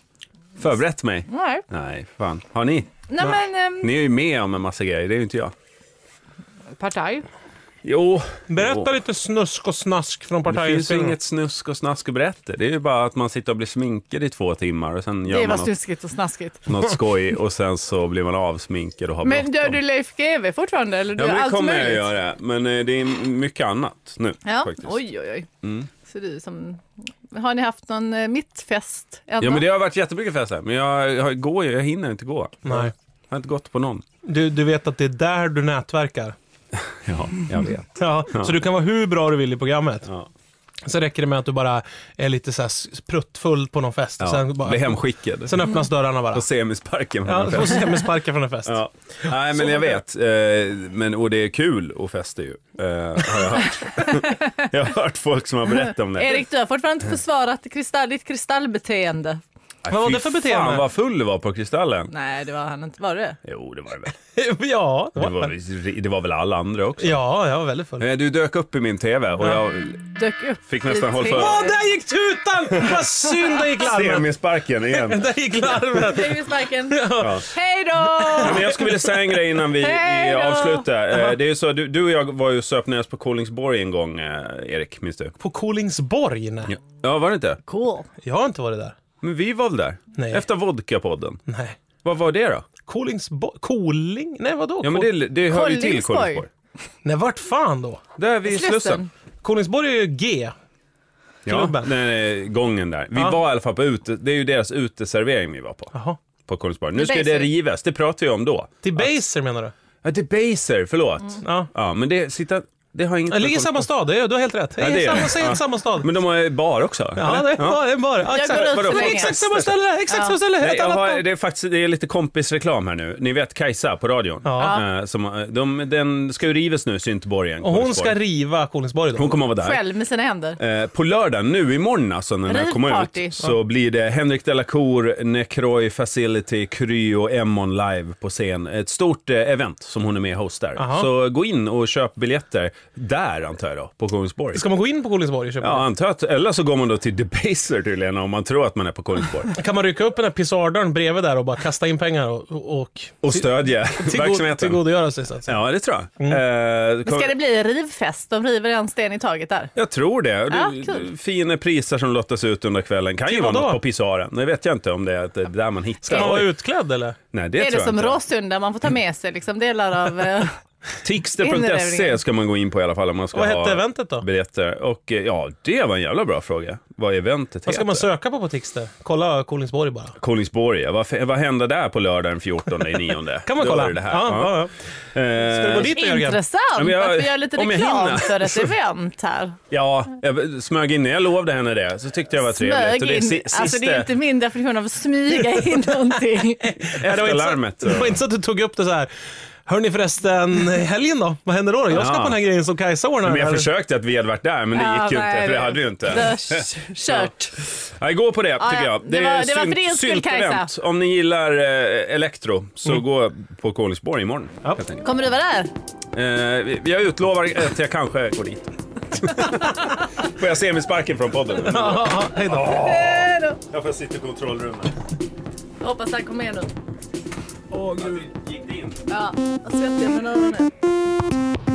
[SPEAKER 4] Förberett mig.
[SPEAKER 2] Nej.
[SPEAKER 4] Nej, fan. Har ni?
[SPEAKER 2] Nej, men... ehm,
[SPEAKER 4] Ni är ju med om en massa grejer, det är ju inte jag.
[SPEAKER 2] Partaj.
[SPEAKER 4] Jo.
[SPEAKER 3] Berätta
[SPEAKER 4] jo.
[SPEAKER 3] lite snusk och snask från
[SPEAKER 4] Mm. Det finns
[SPEAKER 3] partiet.
[SPEAKER 4] ju inget snusk och snask att berätta. Det är ju bara att man sitter och blir sminkad i två timmar och sen
[SPEAKER 2] Det
[SPEAKER 4] gör
[SPEAKER 2] var
[SPEAKER 4] man något,
[SPEAKER 2] snuskigt och snaskigt.
[SPEAKER 4] något skoj och sen så blir man avsminkad och har
[SPEAKER 2] Men gör
[SPEAKER 4] bråttom.
[SPEAKER 2] du Leif GW fortfarande? Eller du
[SPEAKER 4] Ja,
[SPEAKER 2] gör
[SPEAKER 4] men det
[SPEAKER 2] allt
[SPEAKER 4] kommer jag
[SPEAKER 2] möjligt?
[SPEAKER 4] göra. Men eh, det är mycket annat nu
[SPEAKER 2] Ja,
[SPEAKER 4] faktiskt. Mm.
[SPEAKER 2] oj oj oj. Så du är som... Har ni haft någon eh, mittfest? ännu?
[SPEAKER 4] Ja, men det har varit jättemycket fest här. Men jag, jag, går, ju- jag hinner inte gå.
[SPEAKER 3] Nej.
[SPEAKER 4] Jag har inte gått på någon.
[SPEAKER 3] Du, du vet att det är där du nätverkar.
[SPEAKER 4] Ja, jag vet.
[SPEAKER 3] Ja, Så du kan vara hur bra du vill i programmet.
[SPEAKER 4] Ja.
[SPEAKER 3] Så räcker det med att du bara är lite så här s- pruttfull på någon fest. och
[SPEAKER 4] Ja,
[SPEAKER 3] Sen, bara,
[SPEAKER 4] blir hemskickad.
[SPEAKER 3] sen öppnas dörrarna bara.
[SPEAKER 4] På semisparken. på
[SPEAKER 3] Ja,
[SPEAKER 4] den
[SPEAKER 3] så får
[SPEAKER 4] festen.
[SPEAKER 3] se med sparkar från en fest.
[SPEAKER 4] Ja. Nej, men jag vet. Eh, men, och det är kul att festa ju. Eh, har jag hört. jag har hört folk som har berättat om det.
[SPEAKER 2] Erik, du har fortfarande inte försvarat kristall, ditt kristallbeteende.
[SPEAKER 4] Aj,
[SPEAKER 3] Vad var
[SPEAKER 4] fy
[SPEAKER 3] det för beteende?
[SPEAKER 4] Fan vad full du var på Kristallen.
[SPEAKER 2] Nej, det var han inte. Var det?
[SPEAKER 4] Jo, det var det väl.
[SPEAKER 3] ja, det
[SPEAKER 4] Det
[SPEAKER 3] var,
[SPEAKER 4] var, det var väl alla andra också.
[SPEAKER 3] ja, jag var väldigt full.
[SPEAKER 4] Eh, Du dök upp i min TV och jag
[SPEAKER 2] Dök upp.
[SPEAKER 4] Fick nästan
[SPEAKER 2] i
[SPEAKER 4] håll
[SPEAKER 2] tre-
[SPEAKER 4] för-
[SPEAKER 3] Åh, där gick tutan! Vad synd, där gick larven.
[SPEAKER 4] semisparken igen.
[SPEAKER 3] Där gick larven.
[SPEAKER 2] Fick sparken. Hej då!
[SPEAKER 4] Ja, men jag skulle vilja säga en grej innan vi
[SPEAKER 2] Hej
[SPEAKER 4] vi
[SPEAKER 2] då!
[SPEAKER 4] avslutar. Eh, Det är ju så, du, du och jag var ju och söp näs på Kolingsborg en gång, eh, Erik, minns du?
[SPEAKER 3] På Kolingsborg? Nej.
[SPEAKER 4] Ja. ja, var det inte?
[SPEAKER 2] Cool.
[SPEAKER 3] Jag har inte varit där.
[SPEAKER 4] Men vi var väl där?
[SPEAKER 3] Nej.
[SPEAKER 4] Efter Vodkapodden.
[SPEAKER 3] Nej.
[SPEAKER 4] Vad var det då?
[SPEAKER 3] Kolingsborg? Koling? Nej, vadå?
[SPEAKER 4] Ja, men det, det hör ju till
[SPEAKER 2] Kolingsborg.
[SPEAKER 4] Kolingsborg.
[SPEAKER 3] Nej, vart fan då?
[SPEAKER 4] Där vid Slussen.
[SPEAKER 2] Slussen.
[SPEAKER 3] Kolingsborg är ju G.
[SPEAKER 4] Ja,
[SPEAKER 3] Klubben.
[SPEAKER 4] nej, nej, gången där. Vi
[SPEAKER 3] Ja.
[SPEAKER 4] var i alla fall på ute, det är ju deras uteservering vi var på.
[SPEAKER 3] Jaha.
[SPEAKER 4] På Kolingsborg. Nu
[SPEAKER 2] The
[SPEAKER 4] ska ju det
[SPEAKER 2] Baser.
[SPEAKER 4] rivas, det pratade vi om då.
[SPEAKER 3] Till Baser menar du?
[SPEAKER 4] Ja, Debaser, förlåt.
[SPEAKER 2] Mm.
[SPEAKER 3] Ja.
[SPEAKER 4] Ja, men det, sitta, det har inget
[SPEAKER 3] Det ligger i
[SPEAKER 4] med
[SPEAKER 3] samma
[SPEAKER 4] Kolingsborg.
[SPEAKER 3] stad, det är- du har helt rätt. Det
[SPEAKER 4] Ja, det
[SPEAKER 3] är
[SPEAKER 4] är
[SPEAKER 3] samma,
[SPEAKER 4] det.
[SPEAKER 3] säg
[SPEAKER 4] Ja.
[SPEAKER 3] samma stad.
[SPEAKER 4] Men de har ju bar också.
[SPEAKER 3] Ja,
[SPEAKER 4] eller?
[SPEAKER 3] det är bara en bar. Ja,
[SPEAKER 2] går ut
[SPEAKER 3] Exakt,
[SPEAKER 2] så
[SPEAKER 3] det är
[SPEAKER 2] länge.
[SPEAKER 3] exakt samma ställe, exakt samma ställe.
[SPEAKER 4] Nej,
[SPEAKER 3] Helt
[SPEAKER 4] jag
[SPEAKER 3] annat
[SPEAKER 4] har,
[SPEAKER 3] namn.
[SPEAKER 4] det, är faktiskt, det är lite kompisreklam här nu. Ni vet Kajsa på radion.
[SPEAKER 3] Ja.
[SPEAKER 4] Eh, som, eh, de, den ska ju rivas nu, Synteborgen.
[SPEAKER 3] Och hon ska
[SPEAKER 4] Kolingsborg.
[SPEAKER 3] riva Kolingsborg då.
[SPEAKER 4] hon kommer att vara där.
[SPEAKER 2] Själv med sina händer.
[SPEAKER 4] Eh, På lördag, nu imorgon alltså, när den här kommer
[SPEAKER 2] Rivparty.
[SPEAKER 4] ut, så blir det Henrik de la Cour, Necroy Facility, Kry och Emmon live på scen. Ett stort eh, event som hon är med och hostar.
[SPEAKER 3] Aha.
[SPEAKER 4] Så gå in och köp biljetter där, antar jag då, på Kungsborg.
[SPEAKER 3] Ska man gå in på Kolingsborg och köpa
[SPEAKER 4] Ja,
[SPEAKER 3] ja.
[SPEAKER 4] antar jag att, eller så går man då till Debaser tydligen om man tror att man är på Kungsborg.
[SPEAKER 3] Kan man rycka upp den här pissoardörren bredvid där och bara kasta in pengar och, och, och
[SPEAKER 4] Och stödja
[SPEAKER 3] tillgo-
[SPEAKER 4] verksamheten.
[SPEAKER 3] tillgodogöra sig så att säga?
[SPEAKER 4] Ja, det tror jag.
[SPEAKER 3] Mm.
[SPEAKER 4] Eh, kom-
[SPEAKER 2] Ska det bli rivfest? De river en sten i taget där.
[SPEAKER 4] Jag tror det.
[SPEAKER 2] Ja,
[SPEAKER 4] Du-
[SPEAKER 2] kul.
[SPEAKER 4] fina priser som lottas ut under kvällen. Kan ju vara
[SPEAKER 3] vadå?
[SPEAKER 4] något på pissoaren. Det vet jag inte om det är att det är där man hittar.
[SPEAKER 3] Ska man vara
[SPEAKER 4] Oj.
[SPEAKER 3] utklädd eller?
[SPEAKER 4] Nej, det
[SPEAKER 2] är
[SPEAKER 4] tror
[SPEAKER 2] det
[SPEAKER 4] jag
[SPEAKER 2] som
[SPEAKER 4] inte.
[SPEAKER 2] Råsunda? Man får ta med sig liksom delar av... eh,
[SPEAKER 4] Tixter.se
[SPEAKER 2] Inredningen.
[SPEAKER 4] ska man gå in på i alla fall om man ska
[SPEAKER 3] Vad
[SPEAKER 4] ha
[SPEAKER 3] hette eventet då?
[SPEAKER 4] biljetter. Och eh, ja, det var en jävla bra fråga. Vad eventet
[SPEAKER 3] Vad ska
[SPEAKER 4] heter.
[SPEAKER 3] man söka på på Tixter? Kolla Kolingsborg bara.
[SPEAKER 4] Kolingsborg, ja. vad, f- vad hände där på lördag den 14 i nionde?
[SPEAKER 3] Kan man
[SPEAKER 4] Då
[SPEAKER 3] kolla?
[SPEAKER 4] var Det det här.
[SPEAKER 3] Ja, ja.
[SPEAKER 4] Eh,
[SPEAKER 3] Ska du gå dit då Jörgen?
[SPEAKER 2] Intressant
[SPEAKER 4] Ja, men jag-
[SPEAKER 2] att vi gör lite
[SPEAKER 4] om jag hinner.
[SPEAKER 2] reklam för ett event här.
[SPEAKER 4] Ja, jag smög in, jag lovade henne det, så tyckte jag var trevligt.
[SPEAKER 2] Smög
[SPEAKER 4] Och det är
[SPEAKER 2] in.
[SPEAKER 4] si-
[SPEAKER 2] Alltså det är
[SPEAKER 4] sista-
[SPEAKER 2] inte min definition av smyga in någonting.
[SPEAKER 3] Det var
[SPEAKER 4] Efter
[SPEAKER 3] inte så-
[SPEAKER 4] larmet.
[SPEAKER 3] Det var inte så att du tog upp det så här. Hörni förresten, helgen då? Vad händer då? Jag ska
[SPEAKER 4] Ja.
[SPEAKER 3] på den här grejen som Kajsa ordnar.
[SPEAKER 4] Men jag
[SPEAKER 3] här."
[SPEAKER 4] försökte att vi hade varit där, men det
[SPEAKER 2] Ja,
[SPEAKER 4] gick ju inte,
[SPEAKER 2] nej,
[SPEAKER 4] för det hade vi ju inte.
[SPEAKER 2] det- Kört.
[SPEAKER 4] Nej, gå på det
[SPEAKER 2] ja.
[SPEAKER 4] tycker jag.
[SPEAKER 2] Det var-
[SPEAKER 4] är
[SPEAKER 2] det var för din
[SPEAKER 4] synt-
[SPEAKER 2] skull,
[SPEAKER 4] syntevent.
[SPEAKER 2] Kajsa.
[SPEAKER 4] Om ni gillar eh, elektro, så
[SPEAKER 2] Mm.
[SPEAKER 4] gå på Kolingsborg imorgon.
[SPEAKER 3] Ja.
[SPEAKER 4] helt enkelt.
[SPEAKER 2] Kommer du vara där?
[SPEAKER 4] Eh, vi- jag utlovar att jag kanske går dit. får jag se mig sparken från podden?
[SPEAKER 3] Ja, ja, hej då.
[SPEAKER 4] Jag får sitta i kontrollrummet.
[SPEAKER 2] Jag hoppas han kommer med nu.
[SPEAKER 4] Åh gud. Gick det in?
[SPEAKER 2] Ja, jag svettig mellan öronen.